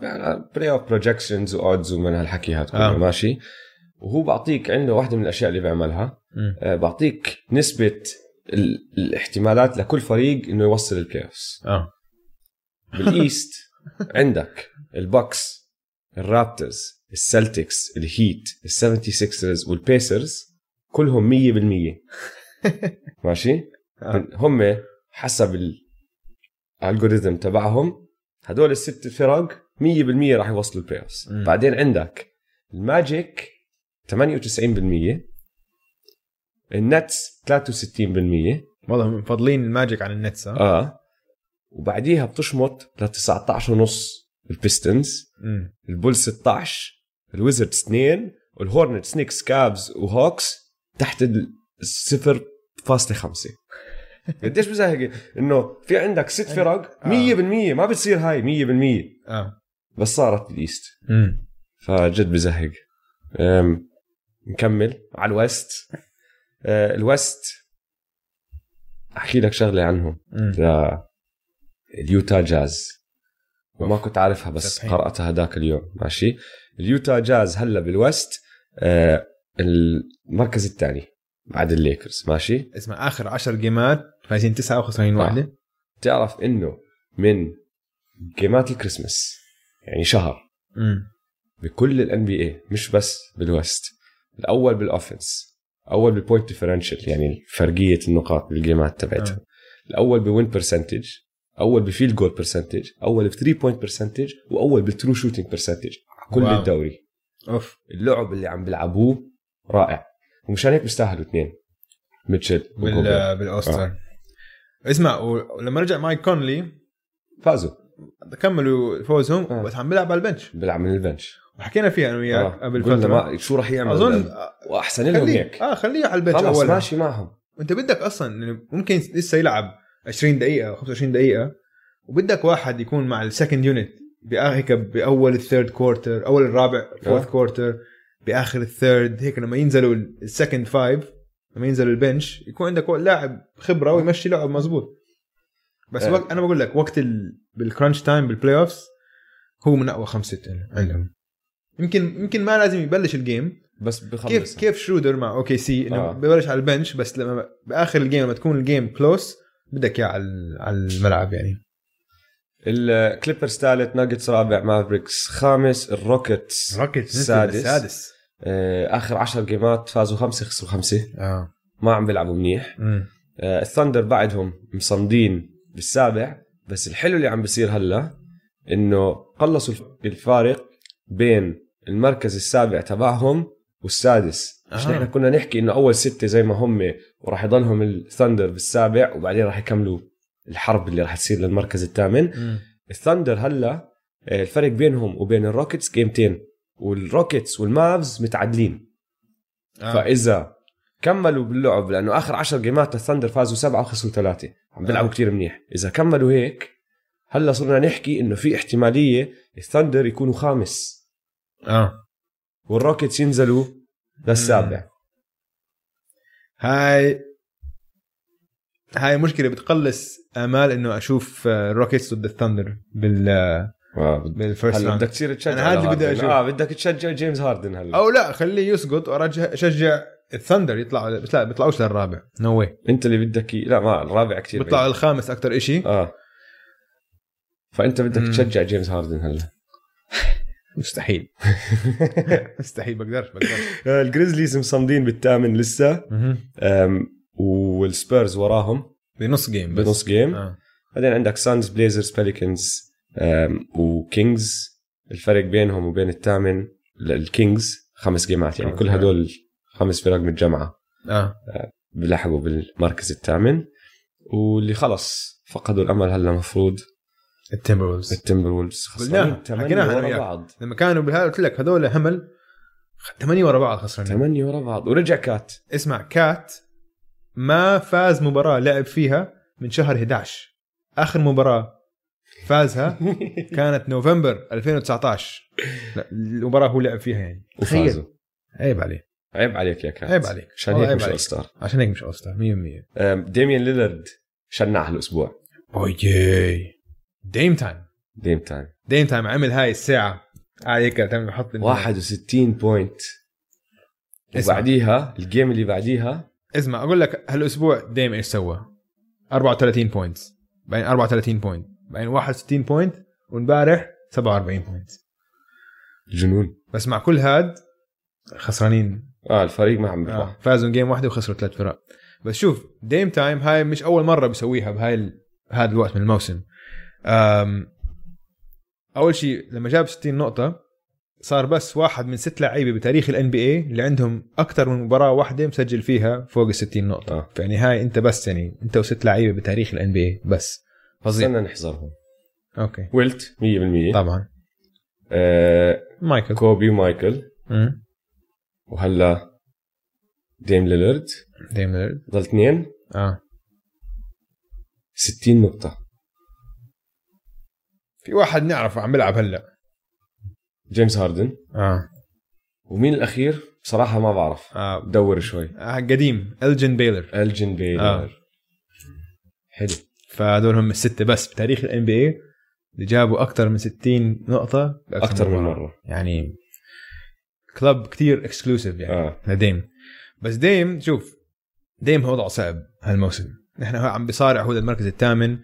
A: بلاي اوف بروجكشنز واودز ومن هالحكي هاد كله
B: آه.
A: آه. ماشي وهو بعطيك عنده واحدة من الاشياء اللي بيعملها
B: مم.
A: آه، بعطيك نسبة ال- الاحتمالات لكل فريق انه يوصل البلاي اوفز
B: اه
A: بالايست عندك البوكس الرابترز السلتكس الهيت السفنتي سكسرز والبيسرز كلهم 100% ماشي
B: آه.
A: هم حسب الالجوريزم تبعهم هدول الست فرق 100% راح يوصلوا البلاي اوفز
B: مم.
A: بعدين عندك الماجيك 98% النتس 63%
B: والله هم فاضلين الماجيك عن النتس اه
A: اه وبعديها بتشمط ل 19 ونص البيستنز
B: مم.
A: البول 16 الويزردز 2 والهورنت سنيكس كابز وهوكس تحت ال 0.5 قديش بزهق انه في عندك ست فرق 100%
B: آه.
A: ما بتصير هاي 100%
B: اه
A: بس صارت بالايست
B: مم.
A: فجد بزهق أم، نكمل على الوست أه، الوست احكي لك شغله عنهم
B: مم.
A: لا، اليوتا جاز وما كنت عارفها بس
B: صحيح.
A: قراتها هداك اليوم ماشي اليوتا جاز هلا بالوست آه، المركز الثاني بعد الليكرز ماشي
B: اسمع اخر 10 جيمات فايزين تسعه وخسرانين
A: آه.
B: واحده
A: تعرف انه من جيمات الكريسماس يعني شهر
B: مم.
A: بكل الان بي اي مش بس بالوست الاول بالاوفنس اول بالبوينت ديفرنشال يعني فرقيه النقاط بالجيمات
B: آه.
A: تبعتهم الاول بوين برسنتج اول بفيلد جول برسنتج اول بثري بوينت برسنتج واول بالترو شوتينج برسنتج كل
B: واو.
A: الدوري
B: اوف
A: اللعب اللي عم بيلعبوه رائع ومشان هيك بيستاهلوا اثنين ميتشل وجوبرت.
B: بال بالاوستر
A: آه.
B: اسمع ولما رجع مايك كونلي
A: فازوا
B: كملوا فوزهم
A: آه.
B: بس عم بيلعب على البنش
A: بيلعب من البنش
B: وحكينا فيها انا وياك
A: آه.
B: قبل
A: قلنا
B: فتره
A: ما شو راح يعمل
B: اظن
A: اظن
B: آه،
A: واحسن لهم
B: خليه
A: هيك
B: اه خليه على البنش
A: خلص
B: اول
A: ماشي معهم
B: وانت بدك اصلا يعني ممكن لسه يلعب 20 دقيقه أو 25 دقيقه وبدك واحد يكون مع السكند يونت هيك باول الثيرد كوارتر اول الرابع فورث
A: آه.
B: كوارتر باخر الثيرد هيك لما ينزلوا السكند فايف لما ينزلوا البنش يكون عندك لاعب خبره ويمشي لعب مزبوط بس
A: آه.
B: وقت انا بقول لك وقت ال... بالكرانش تايم بالبلاي اوفز هو من اقوى خمسه عندهم يمكن يمكن ما لازم يبلش الجيم
A: بس بخلص
B: كيف كيف شرودر مع اوكي سي انه
A: آه.
B: آه. ببلش على البنش بس لما باخر الجيم لما تكون الجيم كلوس بدك اياه على على الملعب يعني
A: الكليبرز ثالث ناجتس رابع مافريكس خامس الروكيتس
B: روكيتس
A: سادس.
B: سادس
A: آه، اخر عشر جيمات فازوا خمسه خسروا خمسه
B: اه
A: ما عم بيلعبوا منيح
B: مم.
A: آه، الثندر بعدهم مصمدين بالسابع بس الحلو اللي عم بيصير هلا انه قلصوا الف- الفارق بين المركز السابع تبعهم والسادس مش
B: آه.
A: نحن كنا نحكي انه اول سته زي ما هم وراح يضلهم الثندر بالسابع وبعدين راح يكملوا الحرب اللي راح تصير للمركز الثامن
B: مم.
A: الثندر هلا آه، الفرق بينهم وبين الروكيتس جيمتين والروكيتس والمافز متعادلين آه.
B: آه.
A: فاذا كملوا باللعب لانه اخر 10 جيمات الثندر فازوا سبعه وخسروا ثلاثه عم بيلعبوا
B: آه.
A: كتير منيح اذا كملوا هيك هلا صرنا نحكي انه في احتماليه الثندر يكونوا خامس
B: اه
A: والروكيتس ينزلوا للسابع
B: هاي هاي مشكله بتقلص امال انه اشوف آه، الروكيتس ضد الثاندر بال آه،
A: آه.
B: بالفيرست
A: هلا
B: راوند
A: بدك تصير تشجع
B: أنا هذا اللي
A: على
B: بدي
A: هاردن.
B: أشوف.
A: اه بدك تشجع جيمس هاردن هلا
B: او لا خليه يسقط وارجع اشجع الثندر يطلع لا بيطلعوش للرابع نو واي
A: انت اللي بدك ي- لا ما الرابع كثير
B: بيطلعوا الخامس اكثر شيء
A: اه فانت بدك
B: مم.
A: تشجع جيمس هاردن هلا
B: مستحيل مستحيل بقدرش بقدرش
A: آه، الجريزليز مصمدين بالثامن لسه أم، والسبيرز وراهم
B: بنص جيم بس
A: بنص جيم
B: آه.
A: بعدين عندك سانز بليزرز بليكنز وكينجز الفرق بينهم وبين الثامن ال- الكينجز خمس جيمات يعني
B: خمس
A: كل
B: جيمات.
A: هدول خمس فرق من الجامعه
B: اه
A: بلحقوا بالمركز الثامن واللي خلص فقدوا الامل هلا المفروض
B: التمبرولز
A: التمبر وولفز
B: قلناها،
A: خسرانين
B: حكيناها أنا
A: ثمانية ورا
B: وياك.
A: بعض
B: لما كانوا بهذا قلت لك هذول همل ثمانية ورا بعض خسرانين
A: ثمانية ورا بعض ورجع كات
B: اسمع كات ما فاز مباراة لعب فيها من شهر 11 آخر مباراة فازها كانت نوفمبر 2019 لا، المباراة هو لعب فيها يعني
A: وفازوا
B: عيب عليه
A: عيب عليك يا كات
B: عيب عليك.
A: عشان
B: والله
A: هيك
B: عيب
A: مش
B: عليك.
A: ستار
B: عشان هيك مش اوستر 100%
A: ديميان ليلرد شنع هالاسبوع
B: اوي ديم تايم
A: جيم تايم
B: ديم تايم عمل هاي الساعة آه، عليك تعمل بحط
A: 61 بوينت
B: اسمع.
A: وبعديها الجيم اللي بعديها
B: اسمع اقول لك هالاسبوع ديم ايش سوى؟ 34 بوينت بعدين 34 بوينت بعدين 61 بوينت وامبارح 47 بوينت
A: جنون
B: بس مع كل هاد خسرانين
A: اه الفريق ما عم
B: آه.
A: بيربح
B: فازوا جيم واحده وخسروا ثلاث فرق بس شوف ديم تايم هاي مش اول مره بسويها بهاي ال... هذا الوقت من الموسم أم... اول شيء لما جاب 60 نقطه صار بس واحد من ست لعيبه بتاريخ الان بي اي اللي عندهم اكثر من مباراه واحده مسجل فيها فوق ال 60 نقطه
A: آه.
B: يعني هاي انت بس يعني انت وست لعيبه بتاريخ الان بي اي بس فظيع
A: استنى نحذرهم
B: اوكي
A: ويلت 100%
B: طبعا
A: آه
B: مايكل
A: كوبي مايكل
B: مم.
A: وهلا ديم ليلرد
B: ديم ليلرد.
A: ضل اثنين
B: اه
A: 60 نقطة
B: في واحد نعرفه عم بيلعب هلا
A: جيمس هاردن
B: اه
A: ومين الأخير؟ بصراحة ما بعرف
B: آه.
A: بدور شوي
B: آه، قديم الجن بيلر
A: الجن بيلر
B: آه.
A: حلو
B: فهذول هم السته بس بتاريخ الان بي اي اللي جابوا اكثر من 60 نقطه بأكثر
A: أكثر من مرة
B: يعني كلب كثير اكسكلوسيف يعني
A: آه
B: آه. لديم بس ديم شوف ديم هو وضعه صعب هالموسم نحن هو عم بصارع هو المركز الثامن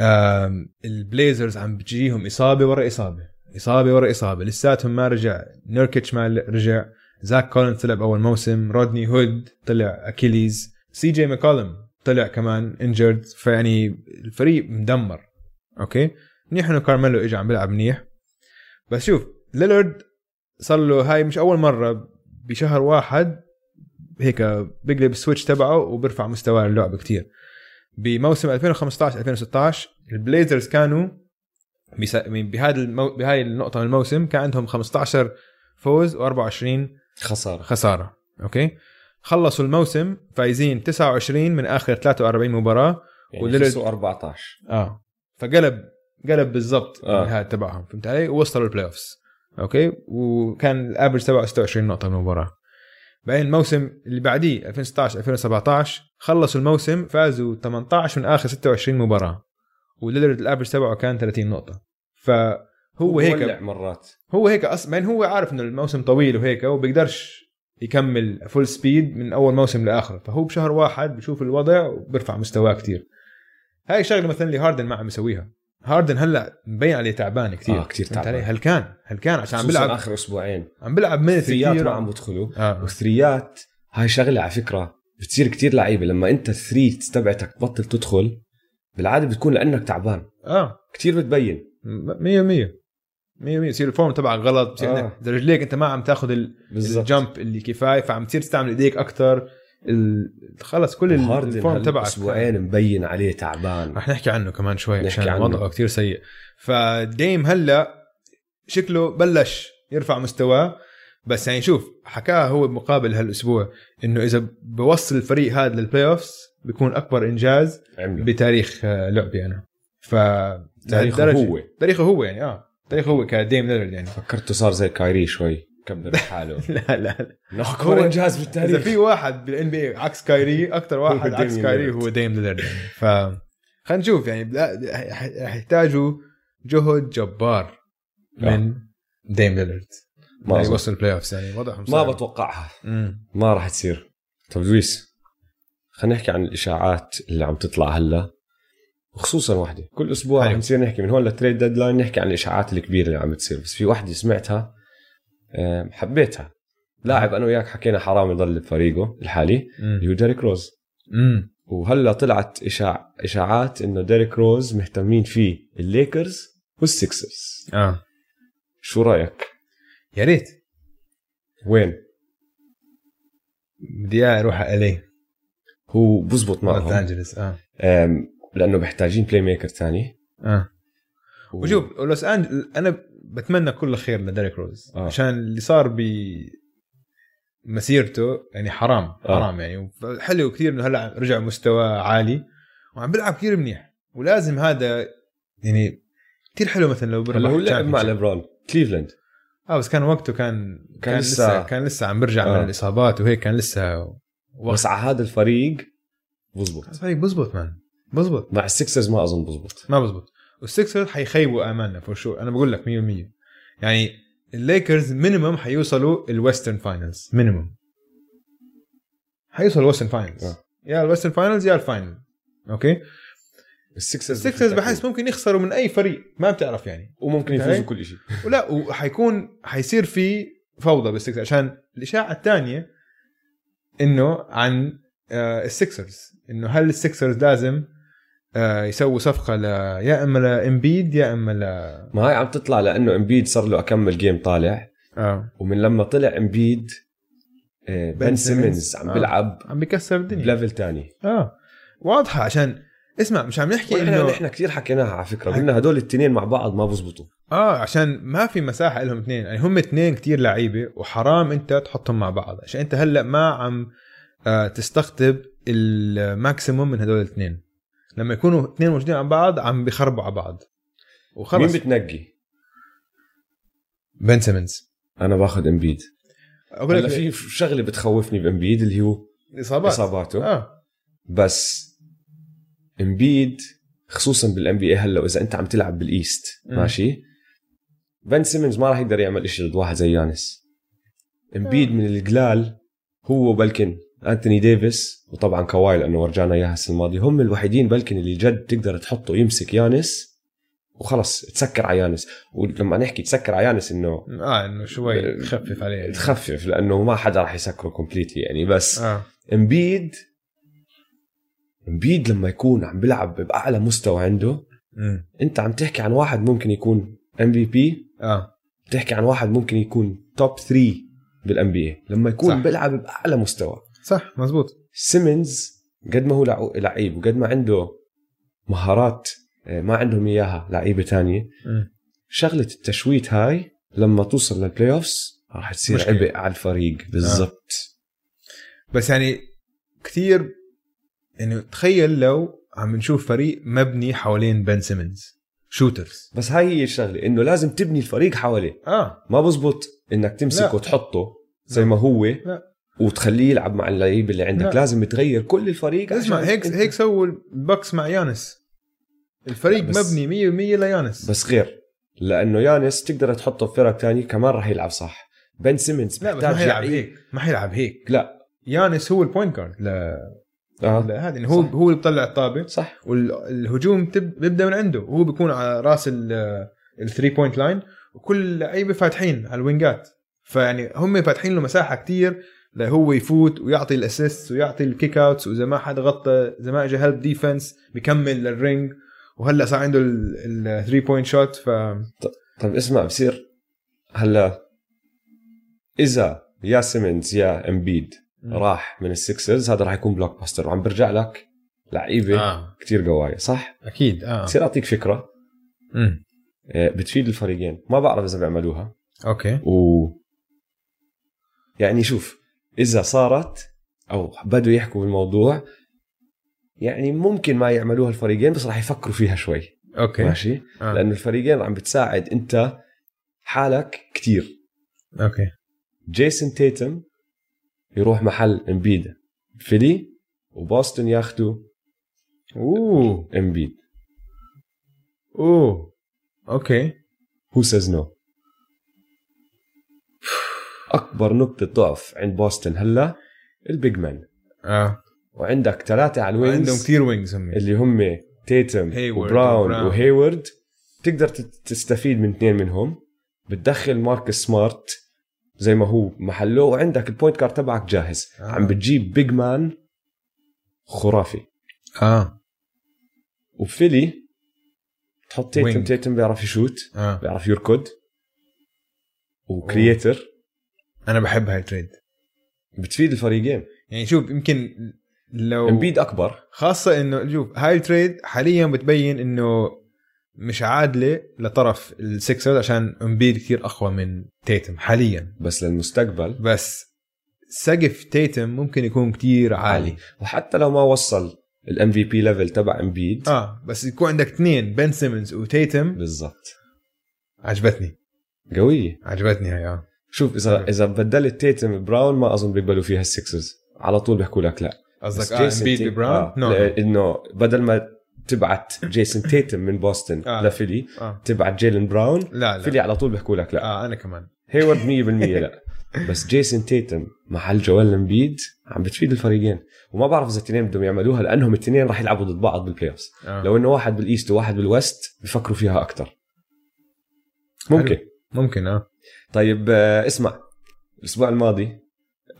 B: آم، البليزرز عم بتجيهم اصابه ورا اصابه اصابه ورا اصابه لساتهم ما رجع نيركيتش ما رجع زاك كولينز طلع باول موسم رودني هود طلع اكيليز سي جي ماكولم طلع كمان انجرد فيعني الفريق مدمر اوكي منيح انه كارميلو اجى عم بيلعب منيح بس شوف ليلارد صار له هاي مش اول مره بشهر واحد هيك بقلب السويتش تبعه وبرفع مستوى اللعب كتير بموسم 2015 2016 البليزرز كانوا بس- بهذا المو... بهاي النقطه من الموسم كان عندهم 15 فوز و24
A: خسارة
B: خساره اوكي خلصوا الموسم فايزين 29 من اخر 43 مباراه
A: يعني
B: وليلرد-
A: خسروا 14
B: اه فقلب قلب بالضبط
A: آه.
B: آه. هذا تبعهم فهمت علي ووصلوا البلاي اوفز اوكي وكان الافرج تبعه 26 نقطه بالمباراه بعدين الموسم اللي بعديه 2016 2017 خلصوا الموسم فازوا 18 من اخر 26 مباراه وليلرد الافرج تبعه كان 30 نقطه فهو هيك
A: ولع مرات
B: هو هيك اصلا هو عارف انه الموسم طويل وهيك وبيقدرش يكمل فول سبيد من اول موسم لاخره فهو بشهر واحد بشوف الوضع وبرفع مستواه كتير هاي شغله مثلا اللي هاردن ما عم يسويها هاردن هلا مبين عليه تعبان كثير
A: آه، كتير تعبان.
B: هل كان هل كان عشان عم
A: خصوصاً
B: بيلعب
A: آخر أسبوعين
B: عم بيلعب منت
A: ثريات
B: كثير
A: ما عم بدخلوا
B: آه.
A: وثريات هاي شغله على فكره بتصير كتير لعيبه لما انت الثري تبعتك تبطل تدخل بالعاده بتكون لانك تعبان
B: اه
A: كتير بتبين
B: 100 100 100 100 بصير الفورم تبعك غلط بصير
A: آه.
B: آه. رجليك انت ما عم تاخذ ال- الجامب اللي كفايه فعم تصير تستعمل ايديك اكثر ال... خلص كل ال- الفورم
A: هاردن
B: تبعك
A: تبعك اسبوعين مبين عليه تعبان
B: رح نحكي عنه كمان شوي
A: نحكي
B: عشان
A: عنه.
B: وضعه كتير سيء فديم هلا شكله بلش يرفع مستواه بس يعني شوف حكاها هو بمقابل هالاسبوع انه اذا بوصل الفريق هذا للبلاي اوفز بيكون اكبر انجاز
A: عمله
B: بتاريخ آه، لعبي انا ف
A: تاريخه
B: لهالدرجة-
A: هو
B: تاريخه هو يعني اه تاريخه هو كديم ليلرد يعني
A: فكرته صار زي كايري شوي كبر حاله
B: لا لا
A: اكبر
B: هو-
A: انجاز
B: اذا
A: بالتاريخ
B: في واحد بالان بي عكس كايري اكثر واحد
A: هو
B: عكس
A: ديم
B: كايري
A: ليلرد.
B: هو ديم ليلرد يعني ف خلينا نشوف يعني لا- رح يحتاجوا جهد جبار من ديم ليلرد
A: ما
B: ما
A: أظن.
B: يوصل بلاي اوف يعني وضعهم
A: ما
B: صعب.
A: بتوقعها
B: مم.
A: ما راح تصير طب دويس خلينا نحكي عن الاشاعات اللي عم تطلع هلا وخصوصا واحده كل اسبوع
B: حلو.
A: عم نصير نحكي من هون للتريد ديدلاين نحكي عن الاشاعات الكبيره اللي عم بتصير بس في واحده سمعتها آم، حبيتها لاعب انا وياك حكينا حرام يضل بفريقه الحالي اللي هو
B: مم.
A: ديريك روز
B: مم.
A: وهلا طلعت إشاع اشاعات انه ديريك روز مهتمين فيه الليكرز والسكسرز
B: اه
A: شو رايك
B: يا ريت
A: وين
B: بدي اياه يروح الي
A: هو بزبط
B: لوس
A: معهم
B: انجلس اه
A: آم، لانه محتاجين بلاي ميكر ثاني
B: اه وشوف لوس انجلس انا بتمنى كل خير لديريك روز
A: آه.
B: آه. عشان اللي صار ب مسيرته يعني حرام
A: آه.
B: حرام يعني حلو كثير انه هلا رجع مستوى عالي وعم بيلعب كثير منيح ولازم هذا يعني كثير حلو مثلا لو
A: هلا
B: بيربح
A: هو لعب مع
B: championship.
A: ليبرون كليفلاند
B: اه بس كان وقته كان كان, كان
A: لسه-
B: لسه, كان لسه عم برجع
A: آه.
B: آه. من الاصابات وهيك كان لسه
A: بس على هذا الفريق بزبط
B: الفريق بزبط مان بزبط
A: مع السكسرز ما اظن بزبط
B: ما بزبط والسكسرز حيخيبوا امالنا فور شور انا بقول لك 100% يعني الليكرز مينيمم حيوصلوا الويسترن فاينلز مينيمم حيوصلوا الويسترن فاينلز
A: آه.
B: يا الويسترن فاينلز يا الفاينل اوكي
A: السكسرز
B: السكسرز
A: بفلتك.
B: بحس ممكن يخسروا من اي فريق ما بتعرف يعني
A: وممكن يفوزوا كل شيء
B: ولا وحيكون حيصير في فوضى بالسكسرز عشان الاشاعه الثانيه انه عن آه، السكسرز انه هل السكسرز لازم آه، يسووا صفقه ل يا اما لامبيد يا اما ل
A: ما هاي عم تطلع لانه امبيد صار له اكمل جيم طالع
B: اه
A: ومن لما طلع امبيد آه، بن
B: بن
A: سيمنز
B: سيمنز.
A: عم
B: آه.
A: بيلعب
B: عم بيكسر الدنيا
A: بليفل تاني
B: اه واضحه عشان اسمع مش عم نحكي
A: واحنا
B: انه
A: نحن كثير حكيناها على فكره قلنا هدول التنين مع بعض ما بزبطوا
B: اه عشان ما في مساحه لهم اثنين يعني هم اثنين كتير لعيبه وحرام انت تحطهم مع بعض عشان انت هلا ما عم آه تستقطب الماكسيموم من هدول الاثنين لما يكونوا اثنين موجودين على بعض عم بيخربوا على بعض وخلص
A: مين بتنقي؟
B: بن سيمنز
A: انا باخذ امبيد
B: اقول
A: هلا
B: لك إيه. في
A: في شغله بتخوفني بامبيد اللي هو
B: اصابات
A: اصاباته
B: اه
A: بس امبيد خصوصا بالان بي اي هلا واذا انت عم تلعب بالايست
B: مم.
A: ماشي بن سيمنز ما راح يقدر يعمل شيء ضد واحد زي يانس امبيد من القلال هو بلكن انتوني ديفيس وطبعا كواي لانه ورجعنا اياها السنه الماضيه هم الوحيدين بلكن اللي جد تقدر تحطه يمسك يانس وخلص تسكر على يانس ولما نحكي تسكر على يانس انه
B: اه انه شوي تخفف عليه يعني.
A: تخفف لانه ما حدا راح يسكره كومبليتلي يعني بس
B: اه
A: امبيد امبيد لما يكون عم بيلعب باعلى مستوى عنده
B: مم.
A: انت عم تحكي عن واحد ممكن يكون ام بي بي
B: اه
A: بتحكي عن واحد ممكن يكون توب 3 بالان بي لما يكون صح.
B: صح.
A: بيلعب باعلى مستوى
B: صح مزبوط
A: سيمنز قد ما هو لعو- لعيب وقد ما عنده مهارات آه، ما عندهم اياها لعيبه تانية
B: مم.
A: شغله التشويت هاي لما توصل للبلاي اوفس راح تصير
B: مشكلة.
A: عبء على الفريق بالضبط
B: بس يعني كثير يعني تخيل لو عم نشوف فريق مبني حوالين بن سيمنز شوترز
A: بس هاي هي الشغله انه لازم تبني الفريق حواليه
B: اه
A: ما بزبط انك تمسكه
B: لا.
A: وتحطه زي
B: لا.
A: ما هو
B: لا.
A: وتخليه يلعب مع اللعيبه اللي عندك
B: لا.
A: لازم تغير كل الفريق
B: اسمع
A: عشان
B: هيك
A: أنت-
B: هيك سووا البكس مع يانس الفريق
A: لا، بس-
B: مبني 100% ليانس
A: بس غير لانه يانس تقدر تحطه في فرق تاني كمان راح يلعب صح بن سيمنز
B: لا بس ما
A: محتاج
B: حيلعب
A: لعيب.
B: هيك ما حيلعب هيك
A: لا.
B: يانس هو البوينت جارد لا
A: آه.
B: لا هذا يعني هو
A: صح.
B: هو اللي بيطلع الطابه
A: صح
B: والهجوم تب- بيبدا من عنده وهو بيكون على راس الثري بوينت لاين وكل اللعيبه فاتحين على الوينجات فيعني هم فاتحين له مساحه كتير لهو يفوت ويعطي الاسيست ويعطي الكيك اوتس واذا ما حد غطى اذا ما اجى هيلب ديفنس بكمل للرينج وهلا صار عنده الثري بوينت شوت ف
A: طب طيب، اسمع بصير هلا اذا يا سيمنز يا امبيد راح من السكسرز هذا راح يكون بلوك باستر وعم برجع لك لعيبه آه.
B: آه.
A: كتير قوايه صح؟
B: اكيد اه
A: بصير اعطيك فكره
B: مم.
A: آه، بتفيد الفريقين ما بعرف اذا بيعملوها
B: اوكي
A: و يعني شوف اذا صارت او بدوا يحكوا بالموضوع يعني ممكن ما يعملوها الفريقين بس راح يفكروا فيها شوي
B: اوكي
A: ماشي
B: آه.
A: لانه الفريقين عم بتساعد انت حالك كتير
B: اوكي
A: جيسون تيتم يروح محل امبيد فيلي وبوسطن ياخذوا
B: اوه
A: امبيد
B: اوه اوكي
A: هو سيز نو اكبر نقطه ضعف عند بوسطن هلا البيج مان
B: اه
A: وعندك ثلاثه على الوينز
B: عندهم كثير وينجز هم
A: اللي هم تيتم
B: Hayward
A: وبراون
B: وبراون.
A: وهيورد تقدر تت- تستفيد من اثنين منهم بتدخل مارك سمارت زي ما هو محله وعندك البوينت كارد تبعك جاهز
B: آه.
A: عم بتجيب بيج مان خرافي
B: اه
A: وفيلي تحط تيتم
B: Wing.
A: تيتم بيعرف يشوت
B: اه
A: بيعرف يركض وكرييتر
B: انا بحب هاي التريد
A: بتفيد الفريقين
B: يعني شوف يمكن لو
A: امبيد اكبر
B: خاصة انه شوف هاي التريد حاليا بتبين انه مش عادلة لطرف السكسرز عشان امبيد كثير اقوى من تيتم حاليا
A: بس للمستقبل
B: بس سقف تيتم ممكن يكون كثير عالي
A: وحتى لو ما وصل الام في بي ليفل تبع امبيد
B: اه بس يكون عندك اثنين بن سيمنز وتيتم
A: بالضبط
B: عجبتني
A: قويه
B: عجبتني هاي اه
A: شوف اذا
B: مم.
A: اذا بدلت تيتم براون ما اظن بيقبلوا فيها السكسرز على طول بيحكوا لك لا
B: قصدك
A: بس
B: اه
A: جيسون
B: امبيد
A: تيت-
B: براون؟
A: آه.
B: نو
A: لا، انه بدل ما تبعت جيسون تيتم من بوسطن
B: آه.
A: لفيلي
B: آه.
A: تبعت جيلن براون
B: لا لا
A: فيلي على طول بيحكوا لك لا
B: اه انا كمان
A: هيورد 100% لا بس جيسون تيتم مع جوال امبيد عم بتفيد الفريقين وما بعرف اذا الاثنين بدهم يعملوها لانهم الاثنين راح يلعبوا ضد بعض بالبلاي اوفز
B: آه.
A: لو انه واحد بالايست وواحد بالوست بفكروا فيها اكثر ممكن
B: ممكن اه
A: طيب آه، اسمع الاسبوع الماضي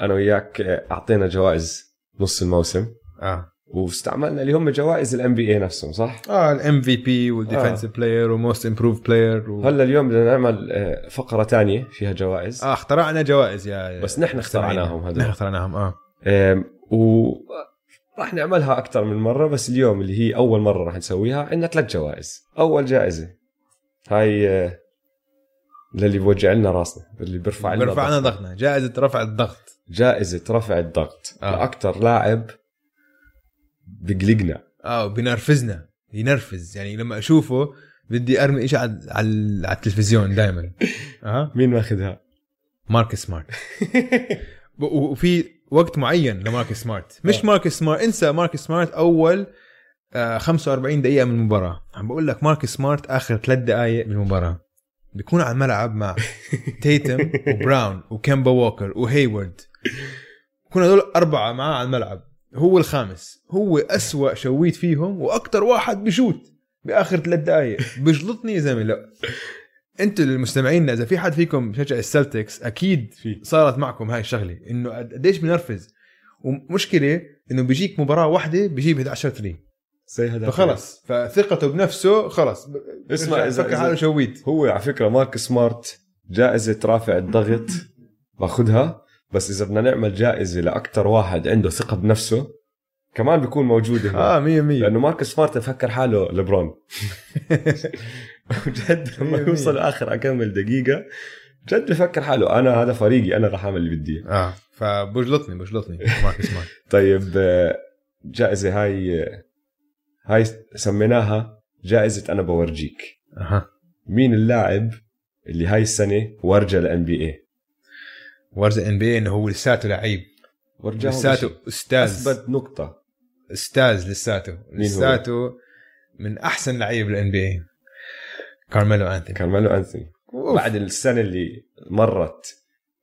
A: انا وياك آه، اعطينا جوائز نص الموسم
B: اه
A: واستعملنا اللي هم جوائز الام بي اي نفسهم صح؟
B: اه الام في بي والديفنسيف بلاير وموست امبروف بلاير و...
A: هلا اليوم بدنا نعمل آه، فقره تانية فيها جوائز
B: اه اخترعنا جوائز يا
A: بس نحن
B: مستمعينا.
A: اخترعناهم هدول.
B: نحن اخترعناهم اه
A: آم، و راح نعملها اكثر من مره بس اليوم اللي هي اول مره راح نسويها عندنا ثلاث جوائز اول جائزه هاي آه، للي بوجع لنا راسنا اللي بيرفع لنا
B: رفعنا
A: ضغطنا.
B: ضغطنا جائزه رفع الضغط
A: جائزه رفع الضغط
B: آه.
A: آه. لاكثر لاعب بقلقنا
B: اه بينرفزنا ينرفز يعني لما اشوفه بدي ارمي شيء على على على التلفزيون دائما اه
A: مين ماخذها؟
B: مارك سمارت و- و- وفي وقت معين لمارك سمارت مش
A: آه.
B: مارك سمارت انسى مارك سمارت اول آه 45 دقيقه من المباراه عم بقول لك مارك سمارت اخر ثلاث دقائق بالمباراه بيكون على الملعب مع تيتم وبراون وكمبا ووكر وهيورد كنا هذول اربعه معاه على الملعب هو الخامس هو أسوأ شويت فيهم واكثر واحد بشوت باخر ثلاث دقائق بجلطني يا زلمه لا انتوا المستمعين اذا في حد فيكم بشجع السلتكس اكيد
A: في
B: صارت معكم هاي الشغله انه قد- قديش بنرفز ومشكله انه بيجيك مباراه واحده بيجيب 11 3
A: زي هذا
B: فخلص فثقته بنفسه خلص ب-
A: اسمع،
B: برجع
A: إذا-
B: بفكر
A: إذا-
B: حاله شويت
A: هو على فكره مارك سمارت جائزه رافع الضغط باخذها بس اذا بدنا نعمل جائزه لاكثر واحد عنده ثقه بنفسه كمان بيكون موجود هنا
B: اه 100 100
A: لانه مارك سمارت بفكر حاله لبرون جد لما
B: مية مية.
A: يوصل اخر اكمل دقيقه جد بفكر حاله انا هذا فريقي انا رح اعمل اللي بدي إياه.
B: اه فبجلطني بجلطني مارك سمارت
A: طيب آه، جائزه هاي آه، هاي سميناها جائزه انا بورجيك
B: اها
A: مين اللاعب اللي هاي السنه ورجى الان بي اي
B: ورزة ان بي انه هو لساته لعيب لساته استاذ
A: اثبت نقطه
B: استاذ لساته
A: هو؟
B: لساته من احسن لعيب الان بي اي كارميلو انثوني
A: كارميلو انثوني
B: أوف.
A: بعد السنه اللي مرت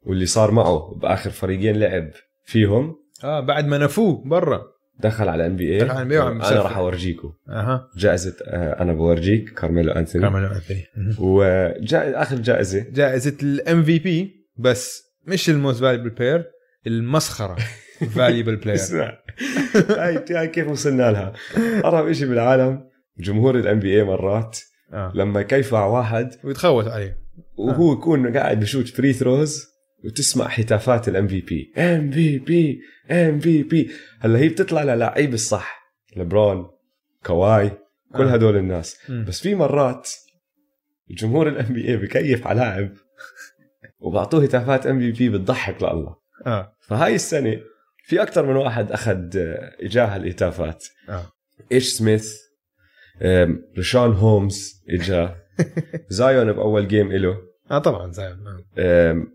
A: واللي صار معه باخر فريقين لعب فيهم
B: اه بعد ما نفوه برا
A: دخل على الان بي اي
B: دخل على NBA وعم
A: انا
B: يسافر.
A: راح اورجيكم
B: اها
A: جائزه آه، انا بورجيك كارميلو انثوني
B: كارميلو انثوني
A: وجائزة اخر جائزه
B: جائزه الام في بي بس مش الموست فاليبل بلاير المسخره فاليبل بلاير
A: اسمع هاي هاي كيف وصلنا لها اقرب شيء بالعالم جمهور الان بي اي مرات لما يكيفع واحد
B: آه. ويتخوت عليه
A: وهو يكون قاعد بشوت فري ثروز وتسمع هتافات الام في بي ام في بي ام في بي هلا هي بتطلع للاعيب الصح لبرون كواي كل
B: آه.
A: هدول الناس
B: مم.
A: بس في مرات الجمهور الام بي اي بكيف على لاعب وبعطوه هتافات ام في بي بتضحك لله
B: اه
A: فهاي السنه في اكثر من واحد اخذ آه، اجاها الهتافات
B: آه.
A: ايش سميث آم، ريشان هومز اجا زايون باول جيم إله
B: اه طبعا زايد آه.
A: أم،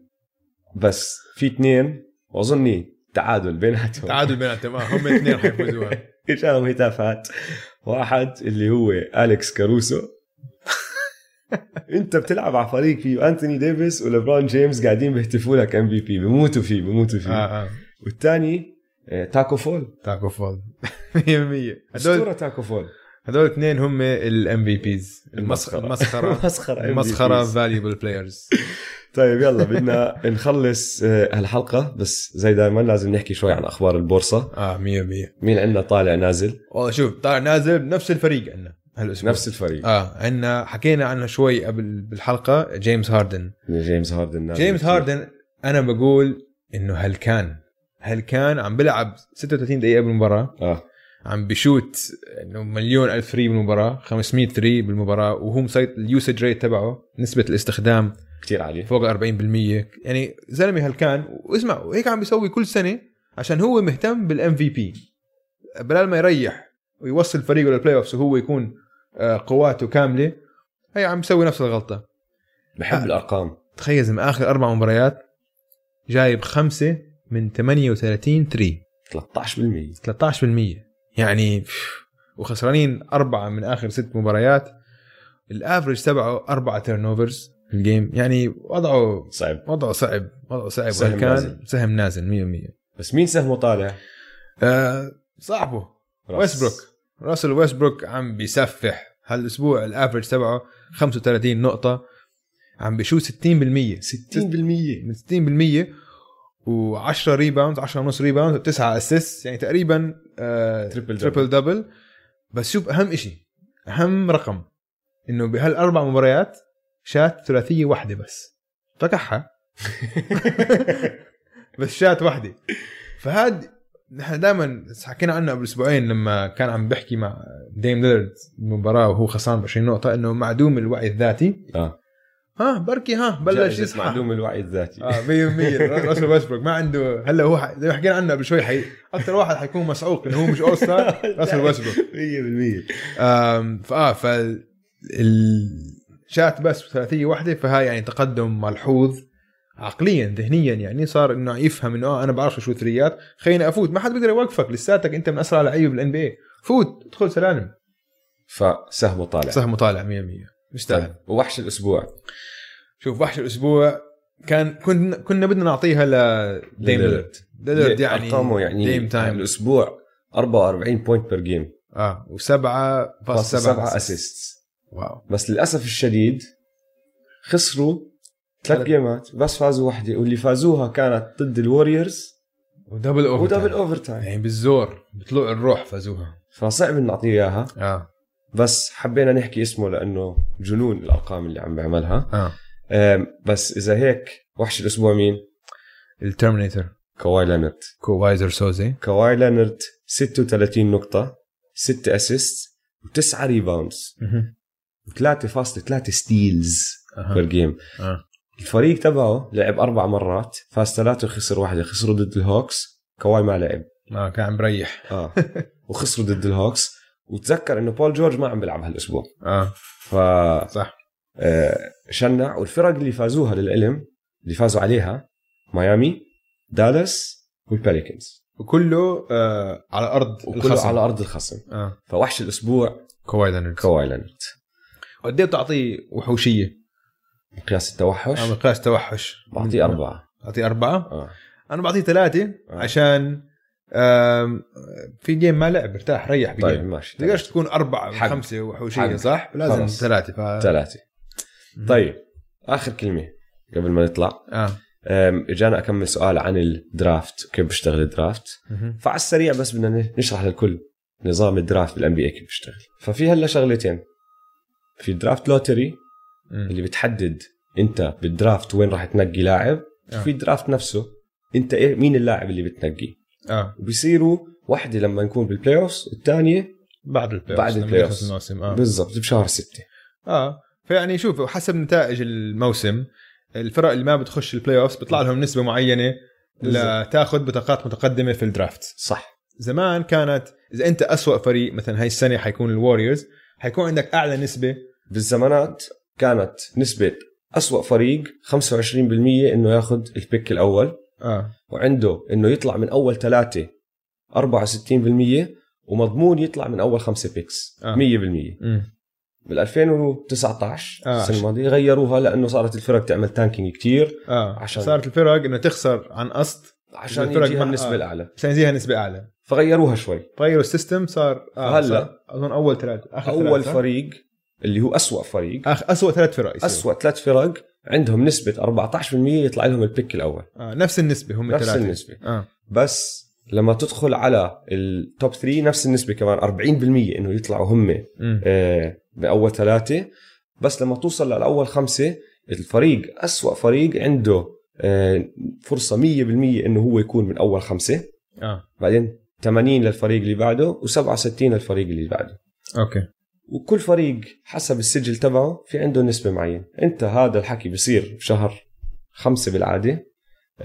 A: بس في اثنين واظني تعادل بيناتهم
B: تعادل بيناتهم آه. هم اثنين حيفوزوها
A: اجاهم هتافات واحد اللي هو اليكس كاروسو انت بتلعب على فريق فيه انتوني ديفيس وليبرون جيمس قاعدين بيهتفوا لك ام بي بي بيموتوا فيه بيموتوا فيه آه.
B: اه اه
A: والثاني آه، تاكو فول
B: تاكو فول 100% هدول
A: اسطوره تاكو فول
B: هدول اثنين هم الام في بيز
A: المسخرة.
B: المسخره
A: مسخره
B: المسخره فاليبل بلايرز
A: طيب يلا بدنا نخلص آه، هالحلقه بس زي دائما لازم نحكي شوي عن اخبار البورصه
B: اه 100%
A: مين عندنا طالع نازل
B: والله شوف طالع نازل نفس الفريق عندنا هالاسبوع
A: نفس الفريق
B: اه عندنا حكينا عنه شوي قبل بالحلقه جيمس هاردن
A: جيمس هاردن نازل
B: جيمس هاردن انا بقول انه هل كان هل كان عم بلعب 36 دقيقه بالمباراه
A: اه
B: عم بشوت انه مليون الف ثري بالمباراه 500 ثري بالمباراه وهو مسيطر اليوسج ريت تبعه نسبه الاستخدام
A: كثير عالي
B: فوق 40% يعني زلمه هلكان واسمع وهيك عم بيسوي كل سنه عشان هو مهتم بالام في بي بدل ما يريح ويوصل فريقه للبلاي اوفس وهو يكون آه، قواته كامله هي عم بيسوي نفس الغلطه
A: بحب
B: آه.
A: الارقام
B: تخيل من اخر اربع مباريات جايب خمسه من 38 3
A: 13%
B: 13% يعني بف، وخسرانين اربعه من اخر ست مباريات الافرج تبعه اربعه تيرن اوفرز في الجيم يعني وضعه
A: صعب
B: وضعه صعب وضعه صعب
A: سهم
B: سهم كان
A: نازل.
B: نازل. سهم نازل 100%
A: بس مين سهمه طالع؟
B: آه صاحبه
A: راس.
B: ويستبروك. راسل ويستبروك عم بيسفح هالاسبوع الافرج تبعه 35 نقطه عم بيشوت 60%
A: 60%
B: من 60% و10 ريباوند 10 ونص ريباوند و9 اسيست يعني تقريبا آه
A: تريبل دبل.
B: تريبل دبل بس شوف اهم شيء اهم رقم انه بهالاربع مباريات شات ثلاثيه واحده بس فكحها بس شات واحده فهاد نحن دائما حكينا عنه قبل اسبوعين لما كان عم بحكي مع ديم ليلرد المباراه وهو خسران ب 20 نقطه انه معدوم الوعي الذاتي
A: اه
B: ها بركي ها بلش
A: جائزة
B: يصحى
A: معلوم الوعي الذاتي
B: اه 100% راسل ويستبروك ما عنده هلا هو ح- زي ما حكينا عنه قبل شوي حي... اكثر واحد حيكون مسعوق انه هو مش اول ستار راسل ويستبروك
A: 100%
B: آم، فاه ف ال- شات بس ثلاثيه واحده فهاي يعني تقدم ملحوظ عقليا ذهنيا يعني صار انه يفهم انه اه انا بعرف شو ثريات خليني افوت ما حد بيقدر يوقفك لساتك انت من اسرع لعيبه بالان بي اي فوت ادخل سلالم
A: فسهمه طالع
B: سهمه طالع 100% مستاهل
A: طيب ووحش الاسبوع
B: شوف وحش الاسبوع كان كنا كنا بدنا نعطيها ل ديم ليلرد. ليلرد يعني
A: ارقامه يعني
B: ديم تايم
A: الاسبوع 44 بوينت بير جيم
B: اه وسبعة فاصل
A: سبعة
B: سبعة
A: اسيست
B: واو
A: بس للاسف الشديد خسروا ثلاث
B: ثلاث.
A: جيمات بس فازوا واحده واللي فازوها كانت ضد الوريورز
B: ودبل اوفر
A: ودبل
B: ودبل
A: اوفر تايم
B: يعني بالزور بطلوع الروح فازوها
A: فصعب إن نعطيه اياها
B: اه
A: بس حبينا نحكي اسمه لانه جنون الارقام اللي عم بيعملها
B: اه
A: أم، بس اذا هيك وحش الاسبوع مين؟
B: الترمينيتر
A: كواي لانرت
B: كوايزر سوزي
A: كواي لانرت 36 نقطة 6 اسيست و9 ريباوندز و3.3 ستيلز بير جيم
B: آه.
A: الفريق تبعه لعب اربع مرات فاز ثلاثة وخسر واحدة خسروا ضد الهوكس كواي ما لعب
B: اه كان عم بريح
A: اه وخسروا ضد الهوكس وتذكر انه بول جورج ما عم بيلعب هالاسبوع
B: اه
A: ف
B: صح
A: آه، شنع والفرق اللي فازوها للعلم اللي فازوا عليها ميامي دالاس والباليكنز
B: وكله آه على ارض
A: وكله على ارض الخصم
B: اه
A: فوحش الاسبوع
B: كواي لينارد
A: كواي لانرد
B: قد ايه بتعطيه وحوشيه؟
A: مقياس التوحش
B: آه، مقياس توحش
A: بعطيه أربعة
B: بعطيه اربعه
A: آه.
B: انا بعطيه ثلاثه
A: آه.
B: عشان آم، في جيم ما لعب ارتاح ريح بجيم
A: طيب
B: طيب.
A: ماشي
B: تقدرش تكون أربعة
A: حق.
B: من خمسة
A: حق.
B: وحوشية صح؟ لازم
A: خلص.
B: ثلاثة ف...
A: ثلاثة طيب آخر كلمة قبل ما نطلع
B: اه
A: أم، اجانا اكمل سؤال عن الدرافت وكيف بيشتغل الدرافت
B: مهم.
A: فعلى السريع بس بدنا ن- نشرح للكل نظام الدرافت بالان بي كيف بيشتغل ففي هلا شغلتين في درافت لوتري
B: مم.
A: اللي بتحدد انت بالدرافت وين راح تنقي لاعب
B: آه.
A: في الدرافت نفسه انت إيه مين اللاعب اللي بتنقيه
B: اه
A: وبيصيروا واحدة لما نكون بالبلاي اوفس والثانية
B: بعد البلاي
A: بعد
B: لما
A: البلاي
B: يخلص
A: أوفس.
B: الموسم اه
A: بالضبط بشهر ستة
B: اه فيعني شوف حسب نتائج الموسم الفرق اللي ما بتخش البلاي اوفس بيطلع لهم نسبة معينة
A: بالظبط.
B: لتاخذ بطاقات متقدمة في الدرافت
A: صح
B: زمان كانت اذا انت أسوأ فريق مثلا هاي السنة حيكون الوريورز حيكون عندك اعلى نسبة
A: بالزمانات كانت نسبة أسوأ فريق 25% إنه ياخذ البيك الأول
B: اه
A: وعنده إنه يطلع من أول ثلاثة 64% ومضمون يطلع من أول خمسة بيكس
B: آه.
A: 100%
B: مم.
A: بال 2019
B: آه،
A: السنه الماضيه غيروها لانه صارت الفرق تعمل تانكينج كتير
B: اه
A: عشان-
B: عشان صارت الفرق انه تخسر عن قصد
A: عشان
B: الفرق
A: يجيها
B: ما-
A: النسبه
B: آه.
A: الاعلى
B: عشان يزيها نسبه اعلى
A: فغيروها شوي
B: غيروا السيستم صار آه
A: هلا.
B: صار اظن اول ثلاث اخر
A: اول
B: ثلاث، صح؟
A: فريق اللي هو أسوأ فريق
B: اخ اسوء ثلاث فرق يصيروا.
A: أسوأ ثلاث فرق عندهم نسبه 14% يطلع لهم البيك الاول
B: آه نفس النسبه هم
A: نفس
B: الثلاثه
A: النسبه
B: اه
A: بس لما تدخل على التوب 3 نفس النسبه كمان 40% انه يطلعوا هم
B: مم.
A: آه، باول ثلاثه بس لما توصل للاول خمسه الفريق أسوأ فريق عنده آه، فرصه 100% انه هو يكون من اول خمسه
B: اه
A: بعدين 80 للفريق اللي بعده و67 للفريق اللي بعده
B: اوكي
A: وكل فريق حسب السجل تبعه في عنده نسبه معينه انت هذا الحكي بصير بشهر خمسة بالعاده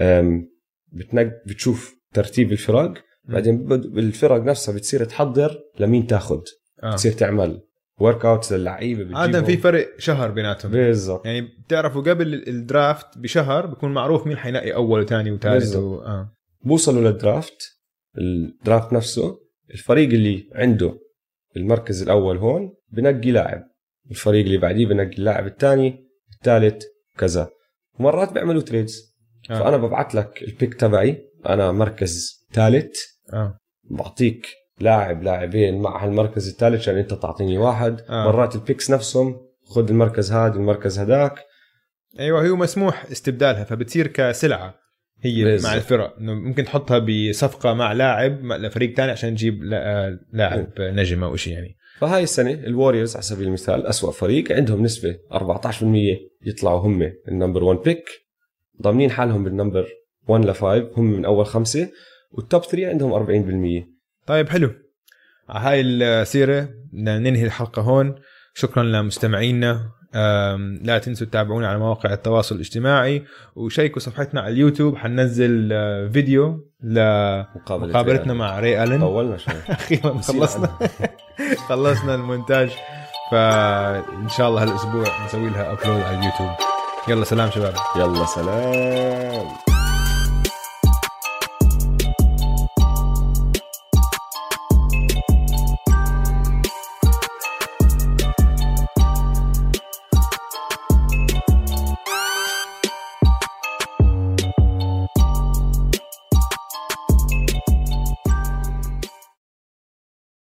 A: أم، بتنق بتشوف ترتيب الفرق بعدين بد- الفرق نفسها بتصير تحضر لمين تاخذ
B: آه.
A: بتصير تعمل ورك اوت للعيبه بتجيبهم. إيه.
B: عاده في فرق شهر بيناتهم
A: بالضبط
B: يعني بتعرفوا قبل الدرافت بشهر بيكون معروف مين حينقي اول وثاني وثالث
A: بالضبط.
B: و... آه.
A: بوصلوا للدرافت الدرافت نفسه الفريق اللي عنده المركز الاول هون بنقي لاعب الفريق اللي بعديه بنقي اللاعب الثاني الثالث كذا ومرات بيعملوا تريدز
B: آه.
A: فانا ببعث لك البيك تبعي انا مركز ثالث
B: اه
A: بعطيك لاعب لاعبين مع هالمركز الثالث عشان انت تعطيني واحد
B: آه.
A: مرات البيكس نفسهم خذ المركز هذا المركز هذاك
B: ايوه هي مسموح استبدالها فبتصير كسلعه هي
A: بالضبط.
B: مع الفرق انه ممكن تحطها بصفقه مع لاعب مع- لفريق ثاني عشان تجيب لا- آه، لاعب
A: إيه.
B: نجم او شيء يعني
A: فهاي السنة الوريورز على سبيل المثال أسوأ فريق عندهم نسبة 14% يطلعوا هم النمبر 1 بيك ضامنين حالهم بالنمبر 1 ل 5 هم من أول خمسة والتوب 3 عندهم 40%
B: طيب حلو على آه، هاي السيره بدنا ننهي الحلقه هون شكرا لمستمعينا آم، لا تنسوا تتابعونا على مواقع التواصل الاجتماعي وشيكوا صفحتنا على اليوتيوب حننزل آه، فيديو
A: مقابلة
B: لمقابلتنا مع ري الن
A: طولنا شوي
B: اخيرا خلصنا خلصنا المونتاج فان شاء الله هالاسبوع نسوي لها ابلود على اليوتيوب يلا سلام شباب
A: يلا سلام